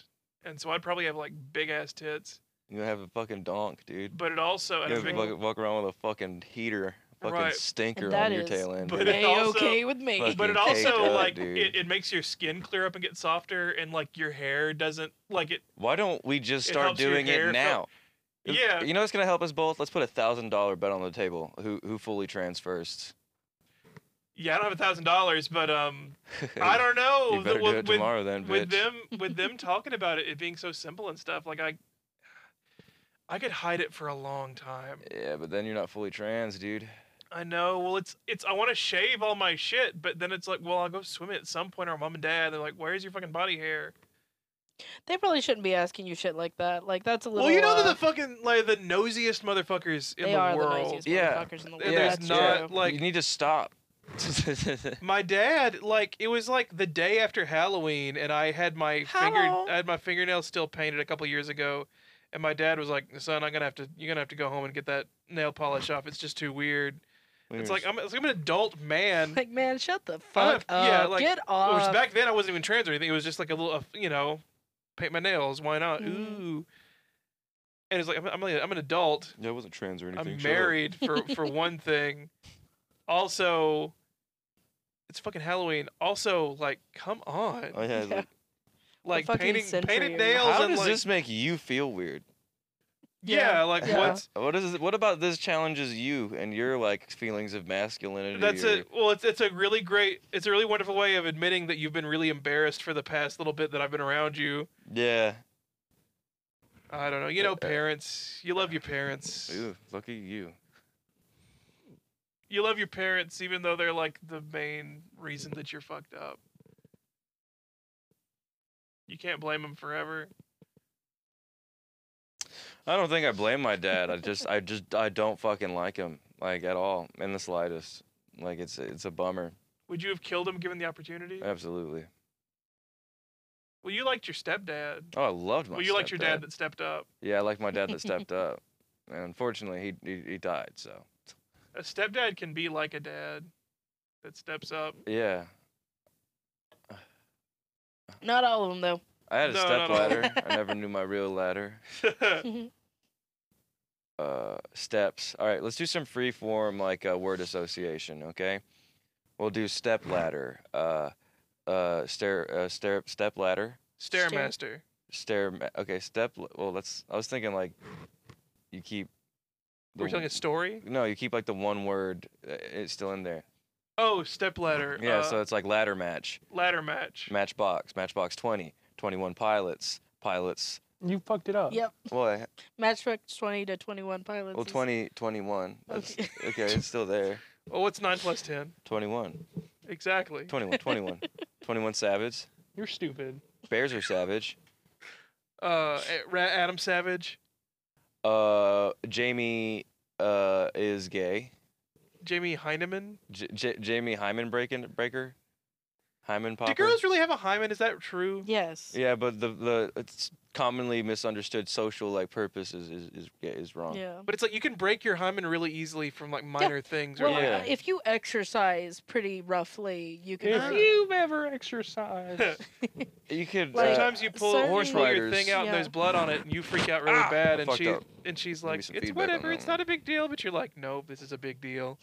and so I'd probably have like big ass tits.
You have a fucking donk, dude.
But it also and
You
a
have to
big-
fucking walk around with a fucking heater, fucking
Right.
stinker
That
on your
is-
tail end.
but
dude.
it also-
okay with me.
Fuck.
but it
fucking caked
also
up,
like
dude.
it, it makes your skin clear up and get softer, and like your hair doesn't like it.
Why don't we just
It
start
helps your
doing
hair
it
feel-
now? If-
Yeah,
You know what's gonna help us both? Let's put a thousand dollar bet on the table. Who who fully trans first?
yeah. I don't have a thousand dollars, but um, I don't know.
you
the-
better do
with-
it
with-
tomorrow then, bitch.
with them with them talking about it, it being so simple and stuff. Like I, I could hide it for a long time.
Yeah, but then you're not fully trans, dude.
I know. Well, it's it's. I want to shave all my shit, but then it's like, well, I'll go swim at some point. Or mom and dad, they're like, "Where's your fucking body hair?"
They probably shouldn't be asking you shit like that. Like that's a little.
well, you know
uh,
they're the fucking like the nosiest motherfuckers in
they
the
are
world.
the noisiest
Yeah.
motherfuckers in the
And
world.
Yeah,
there's
that's
not
true.
you
like
need to stop.
my dad. Like it was like the day after Halloween, and I had my
Hello.
finger, I had my fingernails still painted a couple years ago, and my dad was like, "Son, I'm gonna have to, you're gonna have to go home and get that nail polish off. It's just too weird." It's like I'm, it's like I'm an adult man.
Like man, shut the fuck
have- yeah,
up.
like,
Get
Well,
off.
it was back then I wasn't even trans or anything. It was just like a little, uh, you know, paint my nails. Why not?
Mhm.
Ooh. And it's like I'm, I'm, like, I'm an adult.
Yeah, I wasn't trans or anything.
I'm
shut up.
married for for one thing. Also, it's fucking Halloween. Also, like, come on,
Oh, yeah, it's
Yeah.
like,
like
fucking
painting
century
painted
or-
nails
how
and
does
like
this make you feel weird?
yeah, like
Yeah.
what's
What is it, what about this challenges you and your like feelings of masculinity?
that's
or,
a well it's it's a really great it's a really wonderful way of admitting that you've been really embarrassed for the past little bit that I've been around you.
yeah.
I don't know. You know,
Uh,
parents. You love your parents.
Ooh, lucky you.
you love your parents even though they're like the main reason that you're fucked up. You can't blame them forever.
I don't think I blame my dad. I just I just I don't fucking like him like at all in the slightest. Like it's it's a bummer.
Would you have killed him given the opportunity?
Uh, Absolutely.
Well, you liked your stepdad.
Oh, I loved my.
Well, you liked your
stepdad.
dad that stepped up.
Yeah, I like my dad that stepped up, and unfortunately, he, he he died. So
A stepdad can be like a dad that steps up.
yeah,
Not all of them though.
I had a
No, no,
step
no.
ladder. I never knew my real ladder. Uh, steps. All right, let's do some free form like uh, word association. Okay, we'll do step ladder. Uh, uh, stair. Uh, stair. Step ladder.
Stairmaster.
Stair. ma- Okay, step. l- Well, that's. I was thinking like, you keep.
We're you
the-
telling a story.
No, you keep like the one word. uh, It's still in there.
Oh, step ladder.
Yeah,
uh,
so it's like ladder match.
ladder match.
Matchbox, Matchbox 20, 21 Pilots, Pilots.
You fucked it up.
Yep.
Well, I,
Matchbox twenty to twenty one pilots.
well
is-
20, 21. That's,
Okay.
okay, it's still there.
Oh, what's nine plus ten?
21,
Exactly.
21, 21. 21 Savage.
You're stupid.
Bears are savage.
Uh, A- Ra- Adam Savage,
Uh, Jamie uh, is gay.
Jamie Heineman.
J- J- Jamie Hyman breaking, breaker? Hyman
Do
popper?
girls really have a hymen? Is that true?
Yes.
Yeah, but the, the it's commonly misunderstood social like purpose is is, is, yeah, is wrong.
Yeah.
But it's like you can break your hymen really easily from like minor things. Or
Well,
like,
Yeah.
uh, if you exercise pretty roughly, you can.
If
break-
you've ever exercised,
You could.
Like-
uh,
sometimes you pull,
certain-
Horse
pull your
riders.
thing out
Yeah.
and there's blood on it, and you freak out really
Ah,
bad,
I
and
fucked
she
up.
and she's
me
like,
some
"It's
feedback on
whatever,
that
it's not a big deal." But you're like, "Nope, this is a big deal.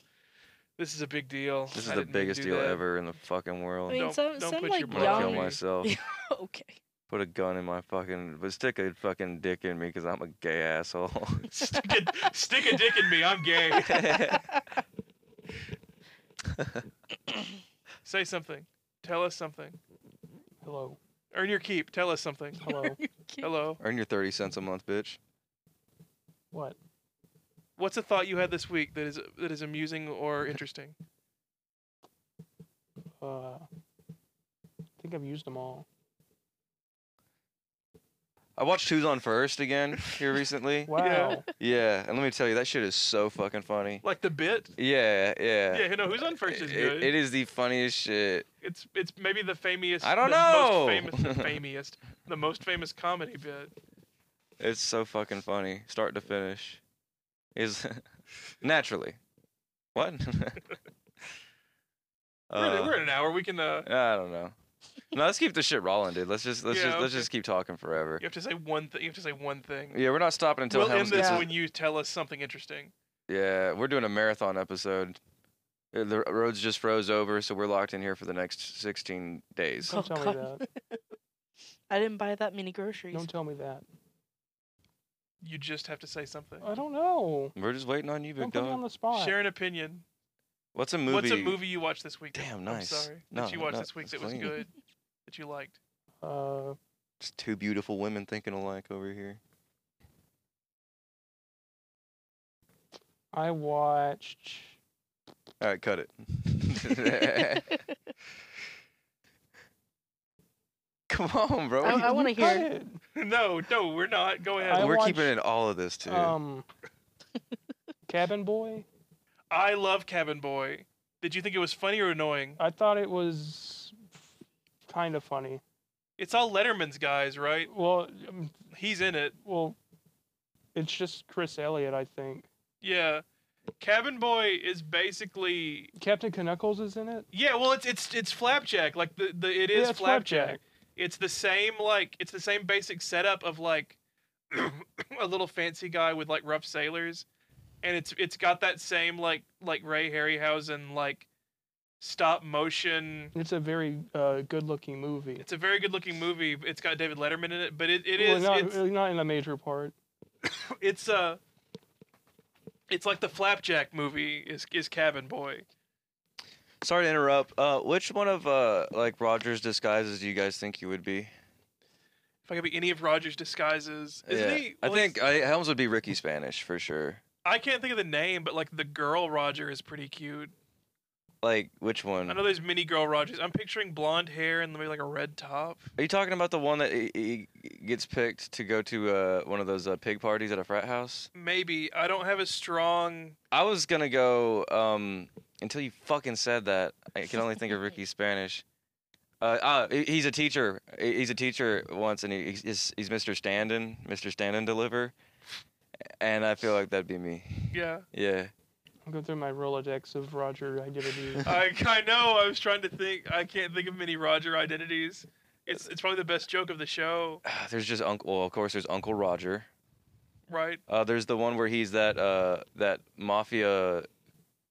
This is a big deal.
this
I
is the
didn't mean to
biggest
do
deal
that."
ever in the fucking world.
I mean,
Don't-
some
don't
some
put
like
your
I'm
blood
gonna kill
Young-
young.
myself.
okay.
Put a gun in my fucking, but stick a fucking dick in me because I'm a gay asshole.
stick, a, stick a dick in me. I'm gay. Say something. Tell us something.
hello.
Earn your keep. Tell us something.
Hello.
Hello.
Earn your 30 cents a month, bitch.
what?
What's a thought you had this week that is that is amusing or interesting?
Uh, I think I've used them all.
I watched Who's on First again here recently.
Wow.
yeah, and let me tell you, that shit is so fucking funny.
Like the bit?
Yeah, yeah.
Yeah, you know who's on first is
It-
good.
it is the funniest shit.
it's it's maybe the famous
I don't
the
know.
most famous the famiest the most famous comedy bit.
It's so fucking funny, start to finish. Is naturally. What?
we're,
Uh,
in, we're in an hour. We can uh
I don't know. No, let's keep this shit rolling, dude. Let's just let's
Yeah,
just let's
okay.
just keep talking forever.
you have to say one thing you have to say one thing.
Yeah, we're not stopping until
we'll end
Helms
this
gets.
Yeah.
when you tell us something interesting.
Yeah, we're doing a marathon episode. Uh, The r- roads just froze over, so we're locked in here for the next 16 days.
Don't
Oh,
tell me
God.
that.
I didn't buy that many groceries.
Don't tell me that.
You just have to say something.
I don't know.
We're just waiting on you, big
Don't put me Oh, on
dog.
the spot.
Share an opinion.
What's a movie?
What's a movie you watched this week? that-
Damn, nice.
I'm sorry.
No,
that you watched
no,
this week
it's
that was
clean.
good, that you liked.
Uh,
Just two beautiful women thinking alike over here.
I watched.
All right, cut it. Come on, bro.
I-
What are
I
you-
wanna
You cut
hear.
it.
no, no, we're not. Go ahead.
I
We're
watched,
keeping in all of this too.
Um, Cabin Boy.
I love Cabin Boy. Did you think it was funny or annoying?
I thought it was kind of funny.
It's all Letterman's guys, right?
Well, um,
He's in it.
well, it's just Chris Elliott, I think.
Yeah. Cabin Boy is basically
Captain Knuckles is in it.
yeah. Well, it's it's it's Flapjack. Like the, the it
Yeah,
is
it's
Flapjack.
Flapjack.
It's the same like it's the same basic setup of like a little fancy guy with like rough sailors, and it's it's got that same like like Ray Harryhausen like stop motion.
It's a very uh, good-looking movie.
It's a very good looking movie. It's got David Letterman in it, but it, it
well,
is
not, uh,
it's,
not in a major part.
it's uh it's like the Flapjack movie is is Cabin Boy.
Sorry to interrupt. Uh, which one of uh like Roger's disguises do you guys think you would be?
If I could be any of Roger's disguises, isn't
Yeah.
he?
I
well, he's-
think I, Helms would be Ricky Spanish for sure.
I can't think of the name, but like the girl Roger is pretty cute.
Like which one?
I know there's mini girl Rogers. I'm picturing blonde hair and maybe like a red top.
Are you talking about the one that he, he gets picked to go to uh, one of those uh, pig parties at a frat house?
Maybe I don't have a strong.
I was gonna go um, until you fucking said that. I can only think of Ricky Spanish. Uh, ah, he- he's a teacher. He- He's a teacher once, and he, he's he's Mr. Standin, Mr. Standin deliver. And I feel like that'd be me.
Yeah,
Yeah.
I'm going through my Rolodex of Roger identities.
I I know. I was trying to think. I can't think of many Roger identities. It's it's probably the best joke of the show,
There's just Uncle. Well, of course, there's Uncle Roger.
right?
Uh, there's the one where he's that uh, that mafia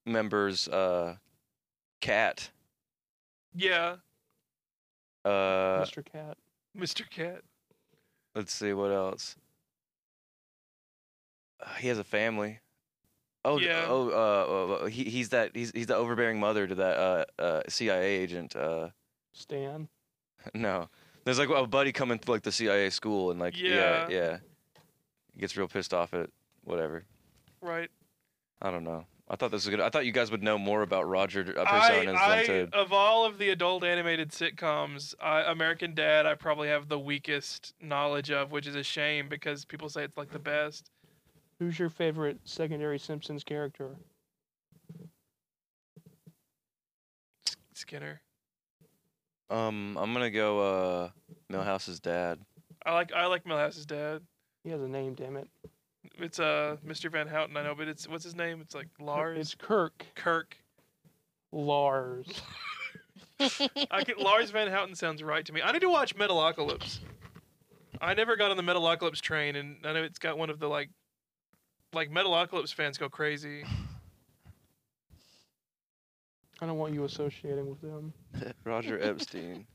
member's uh, cat.
Yeah,
Uh,
Mr. Cat.
Mr. Cat.
Let's see what else. Uh, he has a family. Oh, d-
Yeah.
oh, uh, uh, he, he's that he's he's the overbearing mother to that uh, uh, CIA agent. Uh,
Stan.
no, there's like a buddy coming through like the CIA school and like yeah,
Yeah.
yeah. He gets real pissed off at whatever.
Right.
I don't know. I thought this was good. I thought you guys would know more about Roger d- uh,
I,
personas
I
than to.
of all of the adult animated sitcoms, I, American Dad, I probably have the weakest knowledge of, which is a shame because people say it's like the best.
Who's your favorite secondary Simpsons character?
S- Skinner.
Um, I'm gonna go. Uh, Millhouse's dad.
I like I like Millhouse's dad.
He has a name, damn it.
It's uh Mr. Van Houten, I know, but it's what's his name? It's like Lars
It's Kirk
Kirk.
Lars.
I can, Lars Van Houten sounds right to me. I need to watch Metalocalypse. I never got on the Metalocalypse train, and I know it's got one of the like, like Metalocalypse fans go crazy.
I don't want you associating with them.
Roger Epstein.